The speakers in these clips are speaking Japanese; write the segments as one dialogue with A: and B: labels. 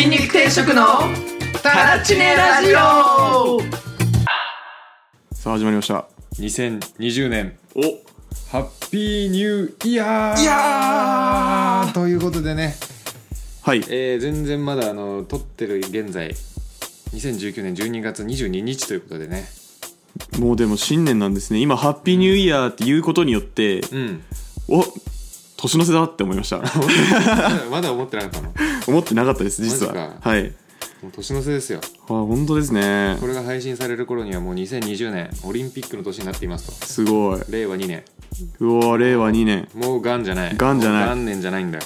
A: 食のタラチネラジオ
B: さあ始まりました
C: 2020年
B: お
C: ハッピーニューイヤー
B: イヤ
C: ということでね、
B: はい
C: えー全然まだあの撮ってる現在2019年12月22日ということでね
B: もうでも新年なんですね今ハッピーニューイヤーって言うことによって
C: うん
B: お年の瀬だって思いました
C: まだ思 ってなかったのも
B: 思ってなかったです実
C: マ
B: は
C: ジか
B: はい
C: う年の瀬ですよ
B: あ本当ですね
C: これが配信される頃にはもう2020年オリンピックの年になっていますと
B: すごい
C: 令和2年
B: うわ令和2年
C: もうがんじゃない
B: 元じゃない
C: もう元年じゃないんだよ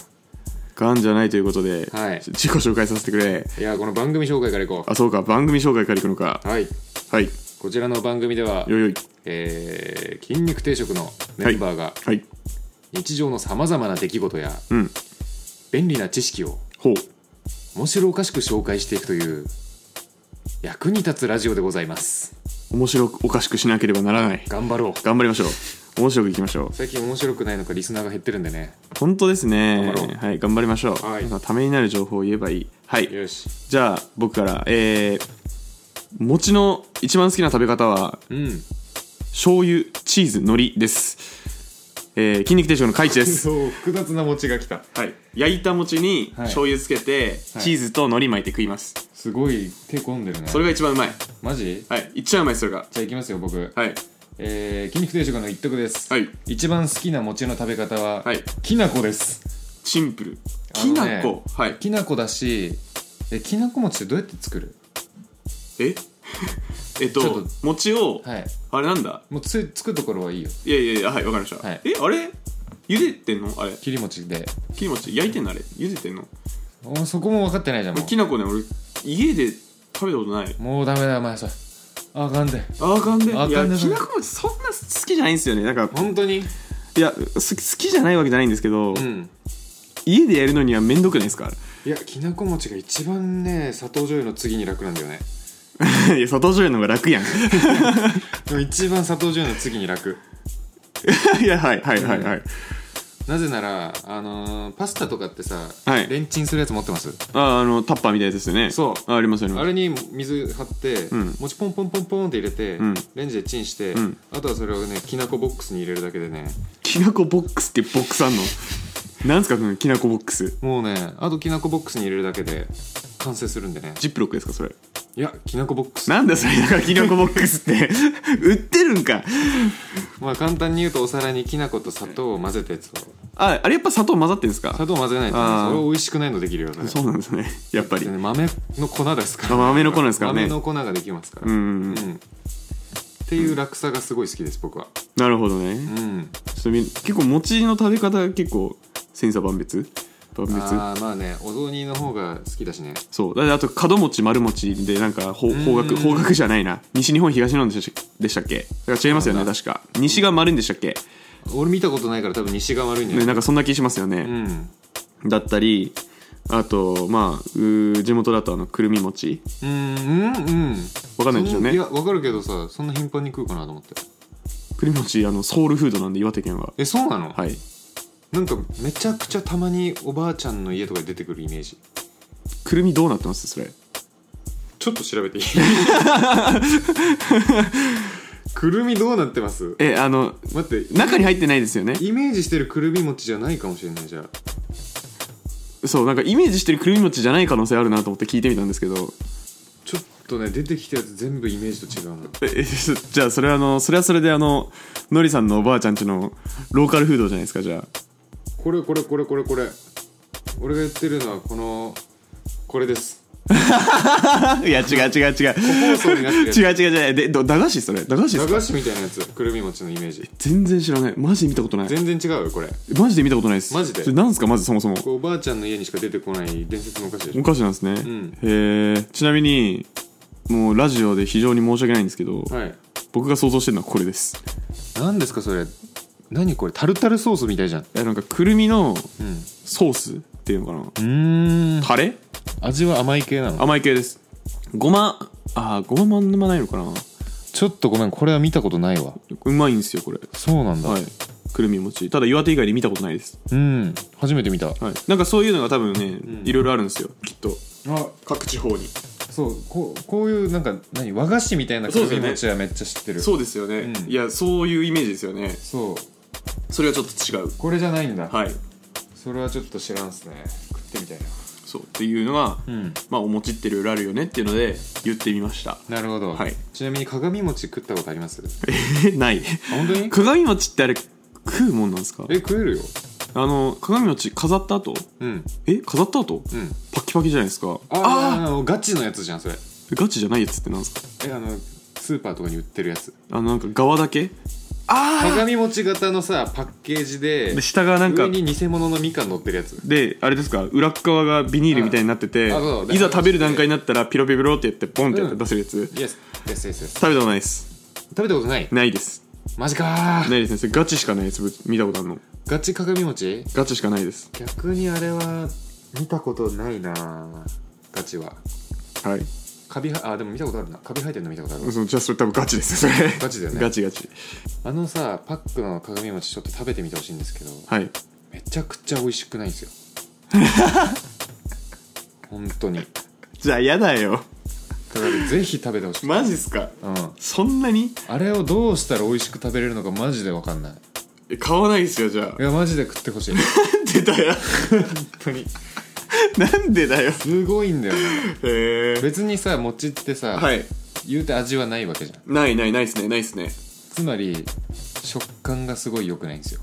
B: がんじゃないということで、
C: はい
B: 自己紹介させてくれ
C: いやこの番組紹介からいこ
B: あそうか番組紹介からいくのか
C: うはい
B: はい
C: こちらの番組では
B: よいよい
C: えー筋肉定食のメンバーが
B: はい
C: 日常のさまざまな出来事や
B: うん
C: 便利な知識を
B: ほう
C: 面白おかしく紹介していくという役に立つラジオでございます
B: 面白くおかしくしなければならない
C: 頑張ろう
B: 頑張りましょう面白くいきましょう
C: 最近面白くないのかリスナーが減ってるんでね
B: 本当ですね
C: 頑張ろ
B: はい頑張りましょう、
C: はい
B: まあためになる情報を言えばいいはい
C: よし
B: じゃあ僕からえー、餅の一番好きな食べ方は
C: うん
B: 醤油チーズ海苔ですえー、筋肉定食のカイチです
C: そう 複雑な餅が来た
B: はい焼いた餅に
C: はい
B: 醤油つけて、チーズと海苔巻いて食います、
C: すごい手込んでるね
B: それが一番うまい
C: マジ
B: はい一番うまいそれが
C: じゃあいきますよ僕、
B: はい
C: えー、筋肉定食の一徳です、
B: はい
C: 一番好きな餅の食べ方は、
B: はい
C: きなこです
B: シンプル
C: あ
B: き
C: のね
B: なこ、はい
C: きなこだしえきなこ餅ってどうやって作る
B: え えっ
C: ちょっ
B: と
C: と
B: 餅を、
C: はい
B: あれなんだ
C: もうつつくところはいいよ
B: いやいやいやはいわかりました、
C: はい
B: えあれ茹でてんのあれ
C: 切り餅で
B: 切り餅焼いてんのあれ茹でてんの
C: お前そこも分かってないじゃんもう
B: きなこね俺家で食べたことない
C: もうダメだお前それあかんで
B: あかんでい
C: あかんで
B: やきなこ餅そんな好きじゃないんですよねなんか
C: 本当に
B: いやす好きじゃないわけじゃないんですけど、
C: うん
B: 家でやるのには面倒くないですか
C: いやきなこ餅が一番ね砂糖醤油の次に楽なんだよね
B: いや砂糖醤油の方が楽やん い
C: でも一番砂糖醤油の次に楽
B: やはいはいはいはい、
C: なぜならあのーパスタとかってさ、
B: はい
C: レンチンするやつ持ってます
B: ああのタッパーみたいなやつですよね
C: そう
B: あありますよね
C: あれに水張って、
B: ん
C: 餅ポンポンポンポンって入れて、
B: ん
C: レンジでチンして、
B: ん
C: あとはそれをねきなこボックスに入れるだけでね
B: きなこボックスっていうボックスあんのなんですかそのきなこボックス
C: もうねあときなこボックスに入れるだけで完成するんでね
B: ジップロックですかそれ
C: いやきなこボックス
B: なんだそれだからきなこボックスって 売ってるんか
C: まあ簡単に言うとお皿にきな粉と砂糖を混ぜたやつを
B: ああれやっぱ砂糖混ざってるんですか
C: 砂糖混ぜないと
B: あ
C: ね
B: ー
C: それ美味しくないのできるよね
B: そうなんですねやっぱり
C: でね豆の粉ですから
B: あ豆の粉ですからね
C: 豆の粉ができますか
B: う
C: ら
B: んうんうん
C: うんっていう楽さがすごい好きです僕は
B: なるほどね、
C: うん
B: ちょっとみ結構餅の食べ方結構千差万別万別
C: あーまあねお雑煮の方が好きだしね
B: そうだってあと角餅丸餅でなんかほ方角
C: うん
B: 方角じゃないな西日本東日本でしたでしたっけだから違いますよね
C: そうだ
B: 確か西が丸いんでしたっけ、
C: 俺見たことないから多分西が悪いんだ
B: ね、
C: よ
B: なんかそんな気しますよ
C: う
B: ね、
C: ん
B: だったりあとまあうー地元だとあのくるみ餅
C: うんうんうん
B: わかんないでしょうね
C: そやわかるけどさそんな頻繁に食うかなと思って
B: くるみ餅あのソウルフードなんで岩手県は
C: えそうなの
B: はい
C: なんかめちゃくちゃたまにおばあちゃんの家とかで出てくるイメージ
B: くるみどうなってますそれ
C: ちょっと調べていいくるみどうなってます
B: えあの
C: 待って
B: 中に入ってないですよね
C: イメージしてるくるみ餅じゃないかもしれないじゃあ
B: そうなんかイメージしてるくるみ餅じゃない可能性あるなと思って聞いてみたんですけど
C: ちょっとね出てきたやつ全部イメージと違うな
B: ええそじゃあそれはあのそれはそれであののりさんのおばあちゃんちのローカルフードじゃないですかじゃあ
C: これこれこれこれこれ俺が言ってるのはこのこれです
B: いや違う違う違う
C: 包装になってるやつ
B: 違う違う違うでど駄菓子それ駄菓子で
C: 駄
B: すか
C: 菓子みたいなやつくるみ餅のイメージ
B: 全然知らないマジで見たことない
C: 全然違うよこれ
B: マジで見たことないです
C: マジで
B: それなんですかまずそもそも
C: これおばあちゃんの家にしか出てこない伝説のお菓子でし
B: お
C: ょ
B: 菓子なんですね、
C: ん
B: へえちなみにもうラジオで非常に申し訳ないんですけど、
C: はい
B: 僕が想像してるのはこれです
C: 何ですかそれ何これタルタルソースみたいじゃん
B: いやなんかくるみの
C: うん
B: ソースっていうのかな、
C: うん
B: タレ
C: 味は甘い系なの
B: 甘い系ですごまあーごままんまないのかな
C: ちょっとごめんこれは見たことないわ
B: うまいんですよこれ
C: そうなんだ、
B: はい、くるみ餅ただ岩手以外で見たことないです、
C: うん初めて見た
B: はい、なんかそういうのが多分ね、
C: ん
B: いろいろあるんですよきっと
C: あ
B: 各地方に
C: そうこうこういうなんか何和菓子みたいな
B: そうです
C: 首
B: よね
C: 持ちはめっちゃ知ってる
B: そうですよね、
C: うん
B: いやそういうイメージですよね
C: そう
B: それはちょっと違う
C: これじゃないんだ、
B: はい
C: それはちょっと知らんっすね食ってみたいな
B: そうっていうのが、
C: うん
B: まあお餅っていろいろあるよねっていうので言ってみま した
C: なるほど、
B: はい
C: ちなみに鏡餅食ったことあります
B: ない
C: あ本当 に
B: 鏡餅ってあれ食うもんなんですか
C: え食えるよ
B: あの鏡餅飾った後
C: うん
B: え飾った後
C: うん
B: パキパキじゃないですか
C: あ
B: あ
C: あガチのやつじゃんそれ
B: ーガチじゃないやつってなんですか
C: えあのスーパーとかに売ってるやつ
B: あのなんか側だけあ
C: 鏡餅型のさパッケージで
B: あで下がなんか
C: 上に偽物のみかん乗ってるやつ
B: であれですか裏っ側がビニールみたいになってて、
C: うんあそうそう
B: いざ食べる段階になったらピロピロピロってやってポンってやって出せるやつ、食
C: イエスイエスイエスイエス
B: べたことないです
C: 食べたことない
B: ないです
C: マジかー
B: ないですねそれガチしかないやつ見たことあるの
C: ガチ鏡餅
B: ガチしかないです
C: 逆にあれは見たことないなーガチは
B: はい
C: カビはあでも見たことあるなカビ生えてるの見たことあるわ
B: そのじゃあそれ多分ガチですよそれ
C: ガチだよね
B: ガチガチ
C: あのさパックの鏡餅ちょっと食べてみてほしいんですけど
B: はい
C: めちゃくちゃ美味しくないんです よ本当にだ
B: じゃあやだよ
C: からぜひ食べてほしい、
B: マジっすか
C: うん、
B: そんなに
C: あれをどうしたら美味しく食べれるのかマジで分かんない
B: え買わないですよじゃあ
C: いやマジで食ってほしい
B: なんでだよ
C: 本当に
B: なんでだよ
C: すごいんだよ、ね、
B: へえ
C: 別にさ餅ってさ、
B: はい
C: 言うて味はないわけじゃん
B: ないないないっすねないっすね
C: つまり食感がすごい良くないんですよ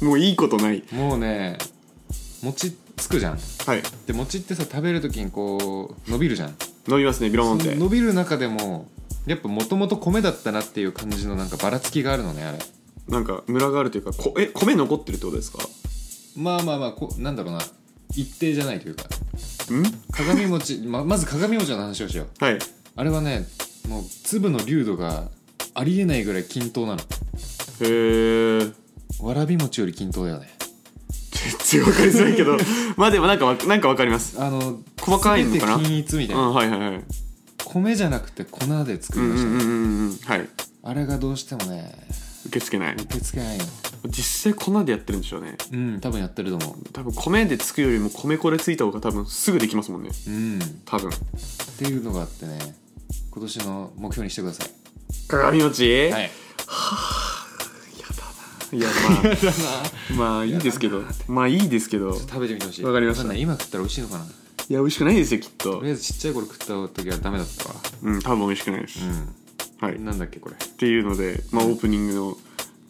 B: もういいことない
C: もうね餅つくじゃん
B: はい
C: で餅ってさ食べる時にこう伸びるじゃん
B: 飲みますねビローンって
C: その伸びる中でもやっぱもともと米だったなっていう感じのなんかばらつきがあるのねあれ
B: なんかムラがあるというかこえ米残ってるってことですか
C: まあまあまあこなんだろうな一定じゃないというか
B: ん
C: 鏡餅 ままず鏡餅の話をしよう
B: はい
C: あれはねもう粒の粒度がありえないぐらい均等なの
B: へえ
C: わらび餅より均等だよね
B: 全然わかりづらいけ どまあでもなんかわなんかわかります
C: あの
B: 細かいのかな
C: 全て均一みた
B: う
C: いな、
B: んはいはいはい
C: 米じゃなくて粉で作
B: う
C: り
B: ん
C: ま
B: う
C: した、
B: んうんうんうんはい
C: あれがどうしてもね
B: 受け付けない
C: 受け付けないよ
B: 実際粉でやってるんでしょうね
C: うん多分やってると思う
B: 多分米でつくよりも米粉でついた方が多分すぐできますもんね
C: うんっ
B: 多分
C: ていうのがあってね今年の目標にしてください
B: 鏡餅
C: はい
B: いやま あまあいいですけどまあいいですけど
C: 食べてみてほしい
B: わかりました
C: んない今食ったら美味しいのかない
B: や美味しくないですよきっ
C: と
B: と
C: りあえずちっちゃい頃食った時はダメだったわ
B: うん多分美味しくないですはい
C: うんなんだっけこれ
B: っていうので、まあ、オープニングの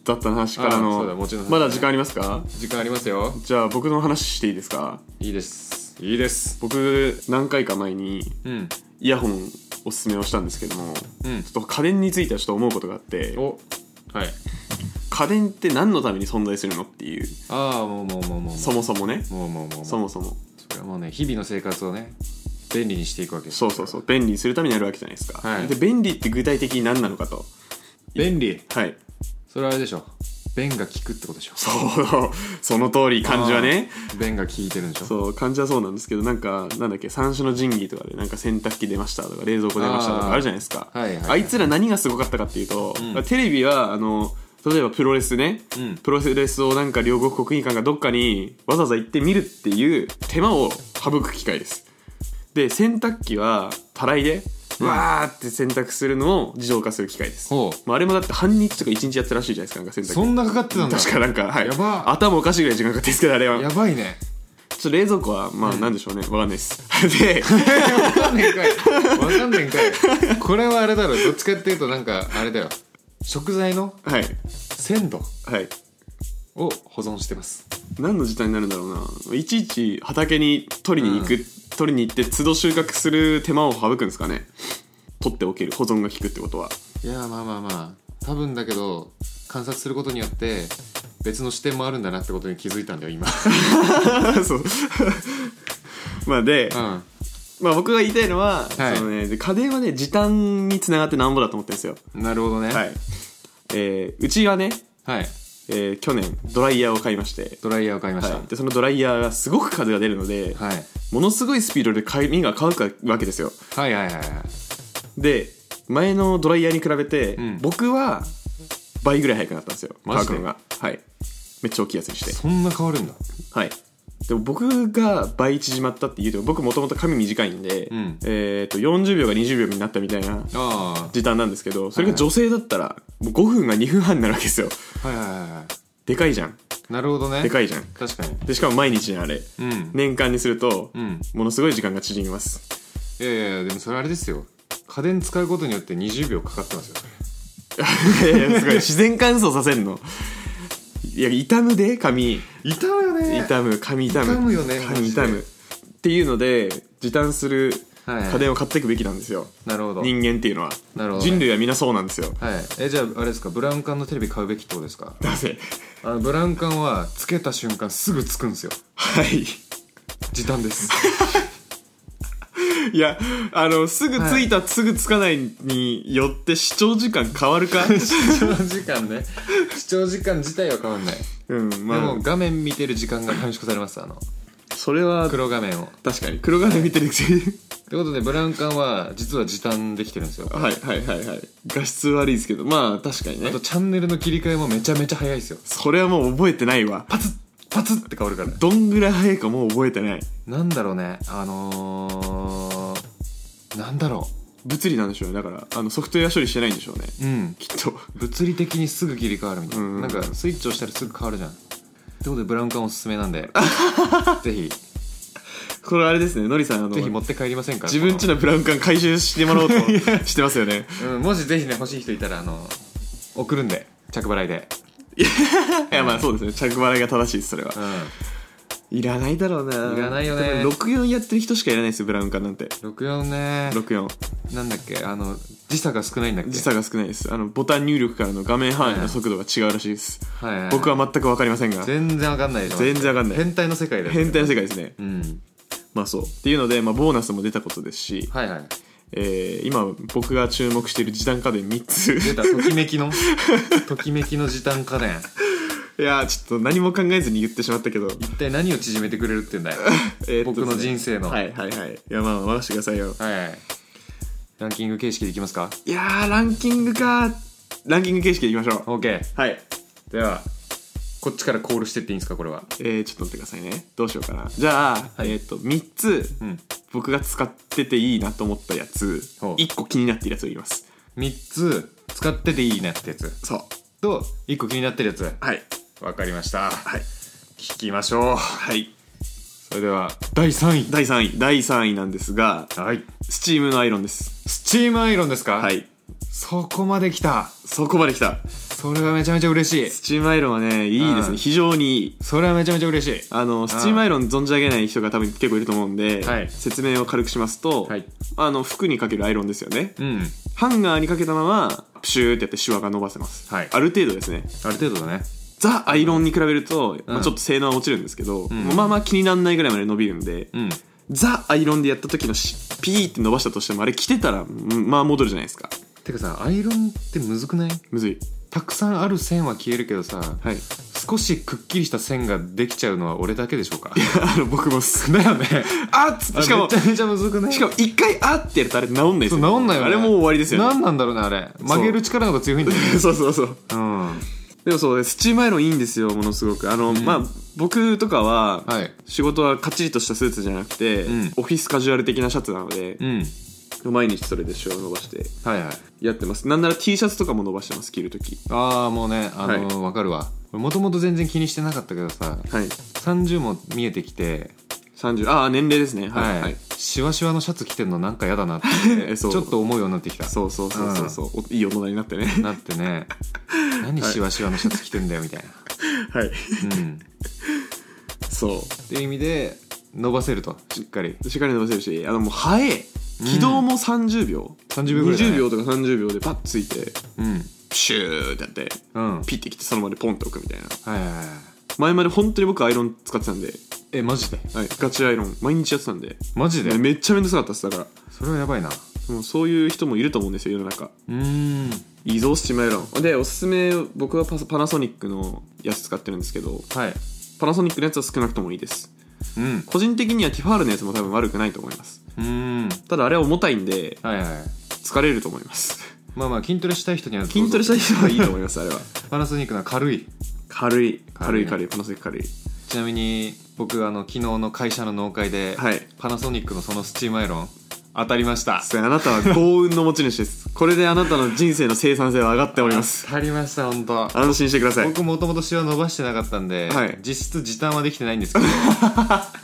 B: 雑多な話から
C: あ
B: の
C: そうだもちろん
B: まだ時間ありますか
C: 時間ありますよ
B: じゃあ僕の話していいですか
C: いいですいいです
B: 僕何回か前に
C: うん
B: イヤホンおすすめをしたんですけどもち
C: うん
B: ょっと家電についてはちょっと思うことがあって
C: おはい
B: 家電って何のために存在するのっていう
C: ああもうもうもうもう
B: そもそもね
C: もうもうもう
B: そ
C: もう
B: もそも
C: それはもうね日々の生活をね便利にしていくわけです
B: そうそうそう便利にするためにやるわけじゃないですか、
C: はい
B: で便利って具体的に何なのかと
C: 便利
B: はい
C: それはあれでしょ便が効くってことでしょ
B: そう その通り漢字はね
C: 便が効いてるんでしょ
B: そう漢字はそうなんですけどなんかなんだっけ三種の神器とかでなんか洗濯機出ましたとか冷蔵庫出ましたと
C: あ
B: か
C: ー
B: あるじゃないですか
C: はいはい
B: あいつら何がすごかったかっていうと、
C: ん
B: テレビはあの例えばプロレスね、
C: うん
B: プロレスをなんか両国国技館がどっかにわざわざ行って見るっていう手間を省く機会ですで洗濯機はたらいでわーって洗濯するのを自動化する機械です、
C: ほう
B: まあ、あれもだって半日とか一日やってたらしいじゃないですかなんか洗濯機
C: そんなかかってたんだ
B: 確かなんか、はい、
C: やば
B: 頭おかしいぐらい時間かかってるんですけどあれは
C: やばいね
B: ちょっと冷蔵庫はまあなんでしょうね、わかんないです で
C: わかんねえんかいわかんねえんかいこれはあれだろどっちかっていうとなんかあれだよ食材の
B: はい
C: 鮮度
B: はい
C: を保存してます
B: 何の時代になるんだろうないちいち畑に取りに行く、取りに行って都度収穫する手間を省くんですかね取っておける保存が効くってことはい
C: やまあまあまあ多分だけど観察することによって別の視点もあるんだなってことに気づいたんだよ今
B: そう まあで、
C: うん
B: まあ、僕が言いたいのは、
C: はい
B: そのね、で家電はね時短につながってなんぼだと思ってるんですよ
C: なるほどね
B: はい、えーうちはね、
C: はい
B: えー去年ドライヤーを買いまして、
C: ドライヤーを買いました
B: はい、でそのドライヤーがすごく風が出るので、
C: はい、
B: ものすごいスピードで髪が乾くわけですよ
C: はいはいはいはい
B: で前のドライヤーに比べて、
C: うん
B: 僕は倍ぐらい早くなったんですよ
C: マジで
B: 乾くのがはいめっちゃ起きやすいして
C: そんな変わるんだ
B: はいでも僕が倍縮まったっていうと僕もともと髪短いんで、
C: うん
B: えー、と40秒が20秒になったみたいな
C: あ
B: 時短なんですけどそれが女性だったらもう5分が2分半になるわけですよ
C: あはいはいはいは
B: でかいじゃん
C: いなるほどね
B: でかいじゃん
C: 確かに
B: でしかも毎日のあれ
C: うん
B: 年間にすると、
C: うん
B: ものすごい時間が縮みます
C: いやいやいやでもそれあれですよ家電使うことによって20秒かかってますよ
B: いやいやすごい自然乾燥させんのいや傷むで髪
C: 痛むよね
B: 痛む髪痛む
C: 痛むよねマ
B: 髪
C: ジで
B: 痛むっていうので時短する
C: はい
B: 家電を買っていくべきなんですよ、
C: なるほど
B: 人間っていうのは、
C: なるほどね
B: 人類は皆そうなんですよ
C: はいえじゃああれですかブラウン管のテレビ買うべきってことですか
B: なぜ
C: あのブラウン管はつけた瞬間すぐつくんですよ
B: はい
C: 時短です
B: いやあのすぐついた、すぐつかないによって視聴時間変わる か
C: 視聴時間ね視聴時間自体は変わんない
B: うん
C: で
B: ま
C: も画面見てる時間が短縮されますあの
B: あそれは
C: 黒画面を
B: 確かに黒金見てるくせに
C: ってことでブラウン管は実は時短できてるんですよ
B: はいはいはいはい画質悪いですけどまあ確かに
C: あ
B: ね
C: とチャンネルの切り替えもめちゃめちゃ早いですよ
B: それはもう覚えてないわ
C: パツッパツッって変わるから
B: どんぐらい早いかもう覚えてない
C: なんだろうねあのー、なんだろ
B: 物理なんでしょうねだからあのソフトウェア処理してないんでしょうね
C: ううん
B: きっと
C: 物理的にすぐ切り替わるみたいな、
B: うんうん
C: なんかスイッチ押したらすぐ変わるじゃんってことでブラウン管おすすめな んでぜひ
B: これあれですねのりさんあの
C: ぜひ持って帰りませんか
B: 自分ち
C: の、
B: のブラウン管回収してもらおうとしてますよ ね
C: うん、もしぜひね欲しい人いたらあの送るんで着払いで
B: いやまあそうですね着払いが正しいですそれは
C: う
B: いらないだろうない
C: らないよね
B: 64やってる人しかいらないですよブラウン管なんて
C: ん64ね
B: 64
C: なんだっけあの時差が少ないんだっけ
B: 時差が少ないですあのボタン入力からの画面範囲の速度が違うらしいです、
C: はいはい
B: 僕は全く分かりませんが
C: 全然わかんないでしょ
B: 全然わかんない
C: 変態の世界だよ
B: 変態の世界ですね
C: うん
B: まあそうっていうので、まあ、ボーナスも出たことですし、
C: はいはい
B: えー今僕が注目している時短家電3つ
C: 出たときめきの ときめきの時短家電
B: いやーちょっと何も考えずに言ってしまったけど、
C: 一体何を縮めてくれるって言うん だよ
B: えーっと
C: 僕の人生の
B: はいはいはいいやまあ任せてくださいよ
C: はいはいランキング形式でいきますか
B: いやーランキングかランキング形式でいきましょう
C: OK
B: はい
C: ではこっちからコールしてっていいんですかこれは
B: えー、ちょっと待ってくださいねどうしようかなじゃあ、
C: はい
B: えーっと3つ、
C: うん
B: 僕が使ってていいなと思ったやつ
C: ほう
B: 1個気になっているやつを言います
C: 3つ使ってていいなってやつ
B: そう
C: と1個気になってるやつ
B: はい
C: わかりました
B: はい
C: 聞きましょう
B: はい
C: それでは第3位
B: 第3位第3位なんですが
C: はい
B: スチームのアイロンです
C: スチームアイロンですか
B: はい
C: そこまで来た
B: そこまで来た
C: それはめちゃめちゃ嬉しい
B: スチームアイロンはねいいですね、
C: うん
B: 非常にいい
C: それはめちゃめちゃ嬉しい
B: あのスチームアイロン存じ上げない人が多分結構いると思うんで、
C: はい
B: 説明を軽くしますと、
C: はい
B: あの服にかけるアイロンですよね
C: うん
B: ハンガーにかけたままプシューってやってシワが伸ばせます、
C: はい
B: ある程度ですね
C: ある程度だね
B: ザ・アイロンに比べると、ま
C: う
B: あ、
C: ん
B: ちょっと性能は落ちるんですけど、
C: ん
B: まあまあ気にならないぐらいまで伸びるんで、
C: うん
B: ザ・アイロンでやった時のしピーって伸ばしたとしてもあれ着てたらうんまあ戻るじゃないですか
C: てかさアイロンってむずくない
B: むずい
C: たくさんある線は消えるけどさ
B: はい
C: 少しくっきりした線ができちゃうのは俺だけでしょうか
B: あの僕もす
C: だよね
B: あっつってしかも
C: めちゃめちゃむずくない
B: しかも一回あってやるとあれ治んないです
C: そ
B: よね、
C: う治んないよね
B: あれもう終わりですよね
C: 何なんだろうねあれ曲げる力の方が強いんだよ ね
B: そうそうそう
C: うんは
B: でもそうねスチームアイロンいいんですよものすごくあの、まあ僕とかは、
C: い
B: 仕事はカチリとしたスーツじゃなくて、
C: うん
B: オフィスカジュアル的なシャツなので、
C: うん
B: 毎日それでシワを伸ばして
C: はいはい
B: やってますなんなら T シャツとかも伸ばしてます着るとき
C: ああもうねあの
B: は
C: ーわかるわもともと全然気にしてなかったけどさ
B: はい
C: 30も見えてきて
B: 30ああ年齢ですねはい、はい
C: はいしわしわのシャツ着てんのなんか嫌だなって
B: え
C: ち
B: そう
C: ょっと思うようになってきた
B: そうそうそうそうそう、おいい大人になってね
C: なってね何しわしわのシャツ着てんだよみたいな
B: はい
C: うん
B: そ
C: っていう意味で伸ばせるとしっかり
B: うしっかり伸ばせるしあのもう早い
C: うん
B: 軌道も30秒、
C: 30秒ぐらいだね
B: 20秒とか30秒でパッついて
C: うん
B: プシューってやって
C: うんはい
B: ピッてきてその場でポンって置くみたいな
C: はいはい
B: 前まで本当に僕アイロン使ってたんで、
C: えマジで
B: はい、ガチアイロン毎日やってたんで
C: マジで
B: めっちゃめんどくさかったですだか
C: それはやばいな
B: らもうそういう人もいると思うんですよ世の中
C: うーん
B: いいぞスチームアイロンでおすすめ僕はパソパナソニックのやつ使ってるんですけど
C: はい
B: パナソニックのやつは少なくともいいです
C: うん
B: 個人的にはティファールのやつも多分悪くないと思います
C: うーん
B: ただあれは重たいんで
C: はいはい
B: 疲れると思います
C: まあまあ筋トレしたい人には
B: 筋トレした
C: い
B: い人はいいと思いますあれは
C: パナソニックのは軽い
B: 軽い軽
C: 軽い
B: い
C: ね
B: 軽いパナソニック軽い
C: ちなみに僕あの昨日の会社の納会で、
B: はい
C: パナソニックのそのスチームアイロン当たりました
B: そうあなたは幸運の持ち主ですこれであなたの人生の生産性は上がっております
C: 当たりました本当。
B: 安心してください
C: 僕もともとシワ伸ばしてなかったんで、
B: はい
C: 実質時短はできてないんですけど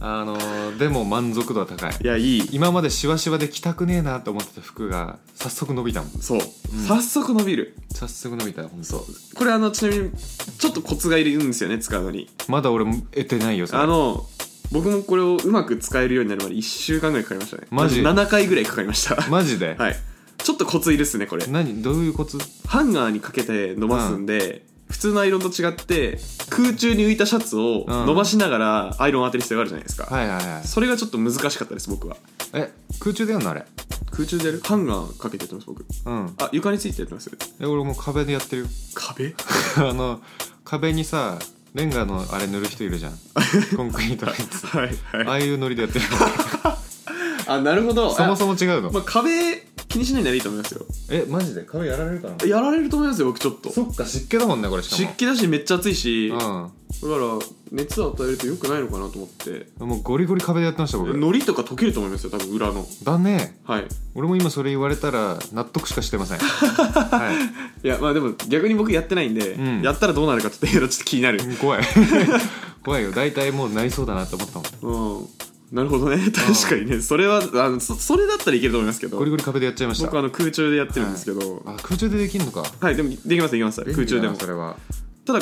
C: あのーでも満足度は高い
B: いやいい
C: 今までシワシワで着たくねえなと思ってた服が早速伸びたもん
B: そう、早速伸びる
C: 早速伸びた本当
B: これあのちなみにちょっとコツがいるんですよね使うのに
C: まだ俺も得てないよそれ
B: あの僕もこれをうまく使えるようになるまで1週間ぐらいかかりましたね
C: マジ
B: 7回ぐらいかかりま した
C: マジで、
B: はいちょっとコツいるっすねこれ
C: 何どういうコツ
B: ハンガーにかけて伸ばすんで、普通のアイロンと違って空中に浮いたシャツを
C: うん
B: 伸ばしながらアイロン当てる必要があるじゃないですか、
C: はいはいはい
B: それがちょっと難しかったです僕は
C: え空中でやんのあれ
B: 空中でやるハンガーかけてやってます僕
C: うん
B: あ床についてやってます
C: え俺もう壁でやってるよ
B: 壁
C: あの壁にさレンガのあれ塗る人いるじ ゃんコンクリートのやつ
B: はい
C: あ
B: はい
C: あいうノリでやってる
B: あなるほど
C: そも
B: も、
C: そも違うの
B: まあ、壁気にしないならいいと思いますよ
C: えマジで壁やられるかな
B: やられると思いますよ僕ちょっと
C: そっか湿気だもんねこれしかも
B: 湿気だしめっちゃ暑いし、だか
C: う
B: ら熱を与えると良くないのかなと思って
C: んもうゴリゴリ壁でやってました僕
B: 糊とか溶けると思いますよ多分裏の
C: だね
B: はい
C: 俺も今それ言われたら納得しかしてませ ん、はい
B: やまあでも逆に僕やってないんで、
C: うん
B: やったらどうなるかちょっとちょっと気になる
C: い、怖い 怖いよ大体もうなりそうだなって思ったもん
B: うんなるほどね確かにねそれはあのそそれだったらいけると思いますけど
C: ゴリゴリ壁でやっちゃいました
B: 僕あの空中でやってるんですけどはい、
C: あ空中でできんのか
B: でもできますできます空中でも
C: 便利だなそれは
B: ただ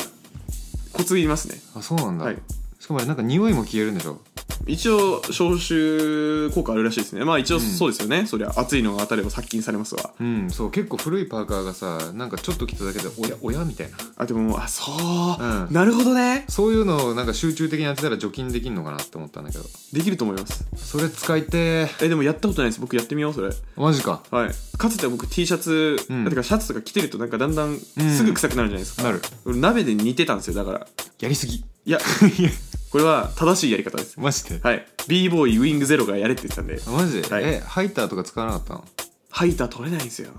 B: コツいりますね
C: あそうなんだ、
B: はい
C: しかもあれなんか匂いも消えるんでしょ
B: 一応消臭効果あるらしいですねまあ一応そうですよね、そりゃ暑いのが当たれば殺菌されますわ
C: うんそう結構古いパーカーがさなんかちょっと着ただけでおやおやみたいな
B: あでもあそう、
C: うん
B: なるほどね
C: そういうのをなんか集中的にやってたら除菌できんのかなって思ったんだけど
B: できると思います
C: それ使いてー
B: えでもやったことないです僕やってみようそれ
C: マジか
B: はいかつては僕 T シャツ、
C: うん
B: だからシャツとか着てるとなんかだんだんすぐ臭くなるじゃないですか、
C: なる
B: 俺鍋で煮てたんですよだから
C: やりすぎ
B: い やこれは正しいやり方です
C: マジで
B: はい b ボーイウィングゼロがやれって言ってたんで
C: あマジで、
B: はい
C: えハイターとか使わなかったの
B: 吐いたら取れないんですよ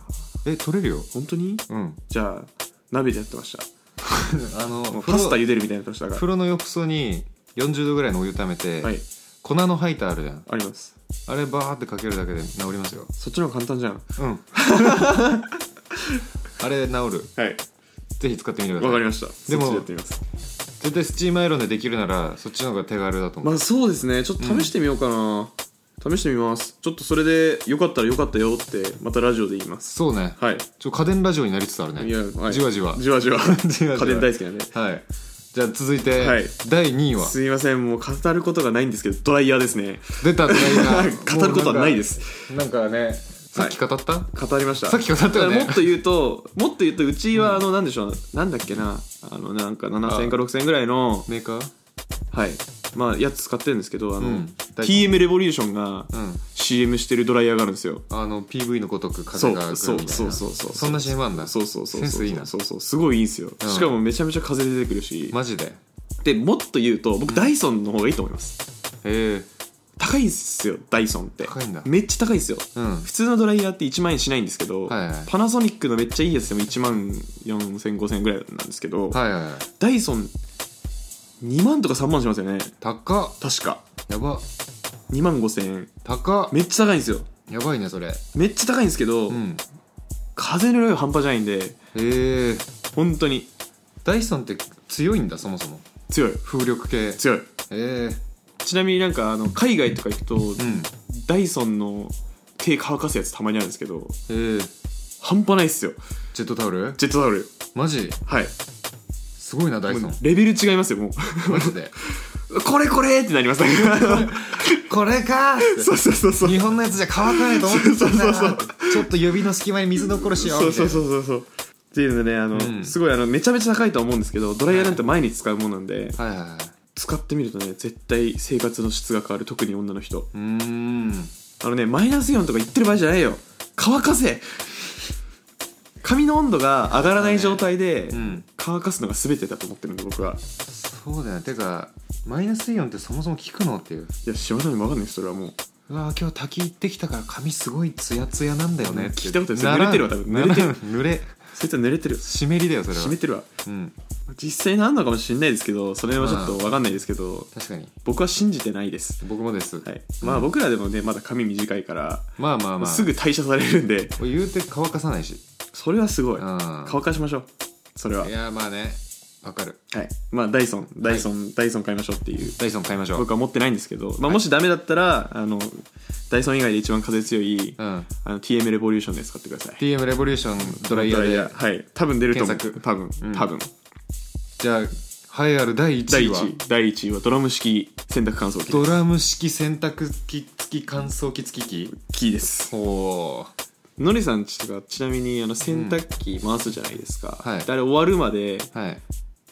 C: え取れるよ
B: 本当に
C: うん
B: じゃあ鍋でやってました
C: あの
B: もう
C: 風呂
B: パスタ茹でるみたいなことしたか
C: 風呂の浴槽に40度ぐらいのお湯ためて、
B: らはい
C: 粉のハイターあるじゃん
B: あります
C: あれバーってかけるだけで治りますよ
B: そっちの方が簡単じゃん
C: うん あれ治る
B: はい
C: ぜひ使ってみてくだ
B: わ
C: さ
B: か
C: い
B: りました
C: でも
B: そっちやってみます
C: 絶対スチームアイロンでできるならそっちの方が手軽だと思う、
B: まあそうですねちょっと試してみようかな、試してみますちょっとそれでよかったらよかったよってまたラジオで言います
C: そうね、
B: はい
C: ちょ家電ラジオになりつつあるね
B: いや、はい、
C: じわじわ
B: じわじわ
C: じわ
B: 家電大好きなんで
C: はいじゃあ続いて、
B: はい
C: 第2位は
B: すいませんもう語ることがないんですけどドライヤーですね
C: 出たドライヤ ー
B: 語ることはないですす
C: なんかねさっき語った、
B: 語りました
C: さっき語ったよね
B: だからもっと言うともっと言うとうちはあのなんでしょうなんだっけなあのなんか7000か6000ぐらいの
C: メーカー
B: はいまあやつ使ってるんですけどあの、
C: うん
B: TM レボリューションが
C: うん
B: CM してるドライヤーがあるんですよ
C: あの PV のごとく風が来るみたいな
B: そうそうそうそうそう
C: そんな CM あんだ
B: そうそうそうそう
C: センスいいな
B: そうそうすごいいいんですよ、
C: うん
B: しかもめちゃめちゃ風出てくるし、
C: マジでへ
B: でもっと言うと僕ダイソンの方がいいと思います、
C: え
B: 高いんすよダイソンって
C: 高いんだ
B: めっちゃ高いんすよ
C: うん
B: 普通のドライヤーって1万円しないんですけど、
C: はいはい
B: パナソニックのめっちゃいいやつでも1万40005000円ぐらいなんですけど、
C: はいはいはい
B: ダイソン2万とか3万しますよね
C: 高っ
B: 確か
C: やば
B: 2万5000円
C: 高っ
B: めっちゃ高いんですよ
C: やばいねそれ
B: めっちゃ高いんですけど、
C: うん
B: 風の量半端じゃないんで
C: へえ
B: 本当に
C: ダイソンって強いんだそもそも
B: 強い
C: 風力系へ
B: 強い
C: え
B: ちなみになんかあの海外とか行くと、
C: うん
B: ダイソンの手乾かすやつたまにあるんですけど
C: へえ
B: 半端ないっすよ
C: ジェットタオル
B: ジェットタオル
C: マジ
B: はい
C: すごいなダイソ
B: もう
C: ン
B: レベル違いますよも
C: マジで
B: う これこれってなります
C: これかーって
B: そうそうそうそう
C: 日本のやつじゃ乾かないと思ってたんだな
B: そうそう
C: ちょっと指の隙間に水残るしよ
B: そうそう
C: う
B: そうそうそうっていうのでねあの、
C: うん
B: すごいあのめちゃめちゃ高いとは思うんですけどドライヤーなんて毎日使うものなんで、
C: はいはいはいう
B: 使ってみるとね絶対生活の質が変わる特に女の人
C: ーん
B: あのねマイナス4とか言ってる場合じゃないよ乾かせ髪の温度が上がらない状態で
C: うん
B: 乾かすのが全てだと思ってるんで僕は
C: そうだよねてかマイナスイオンってそもそも効くのっていう
B: いや知らないも分かんないそれはもう
C: うわ今日滝行ってきたから髪すごいツヤツヤなんだよねって
B: 聞いたことない
C: ならん
B: 濡れてるわ多分 濡れてる
C: ならん 濡れ
B: そいつは濡れてる
C: 湿りだよそれ は
B: 湿ってるわ
C: うん
B: 実際なんのかもしれないですけどそれはちょっと分かんないですけど
C: 確かに
B: 僕は信じてないです
C: 僕もです、
B: はいまあ僕らでもねまだ髪短いから
C: まあまあまあ
B: すぐ代謝されるんで
C: 俺言うて乾かさないし
B: それはすごい
C: うん
B: 乾かしましょうそれははいい
C: やまあねわかる
B: まあダイソンダイソン、ダイソン買いましょうっていう
C: ダイソン買いましょう
B: 僕は持ってないんですけど、ま
C: は
B: あ、
C: い
B: もしダメだったらあのダイソン以外で一番風強い、
C: うん
B: あの TM レボリューションで使ってください
C: TM レボリューションドライヤーで
B: はい多分出ると思う
C: 検索
B: 多分、
C: うん
B: 多分
C: じゃあ栄えある第1
B: 第
C: 位は
B: 1位第1位はドラム式洗濯乾燥機
C: ドラム式洗濯機付き乾燥機付き機
B: キーです
C: おー
B: のりさんちとかちなみにあの洗濯機回すじゃないですか、
C: はい
B: であれ終わるまで
C: はい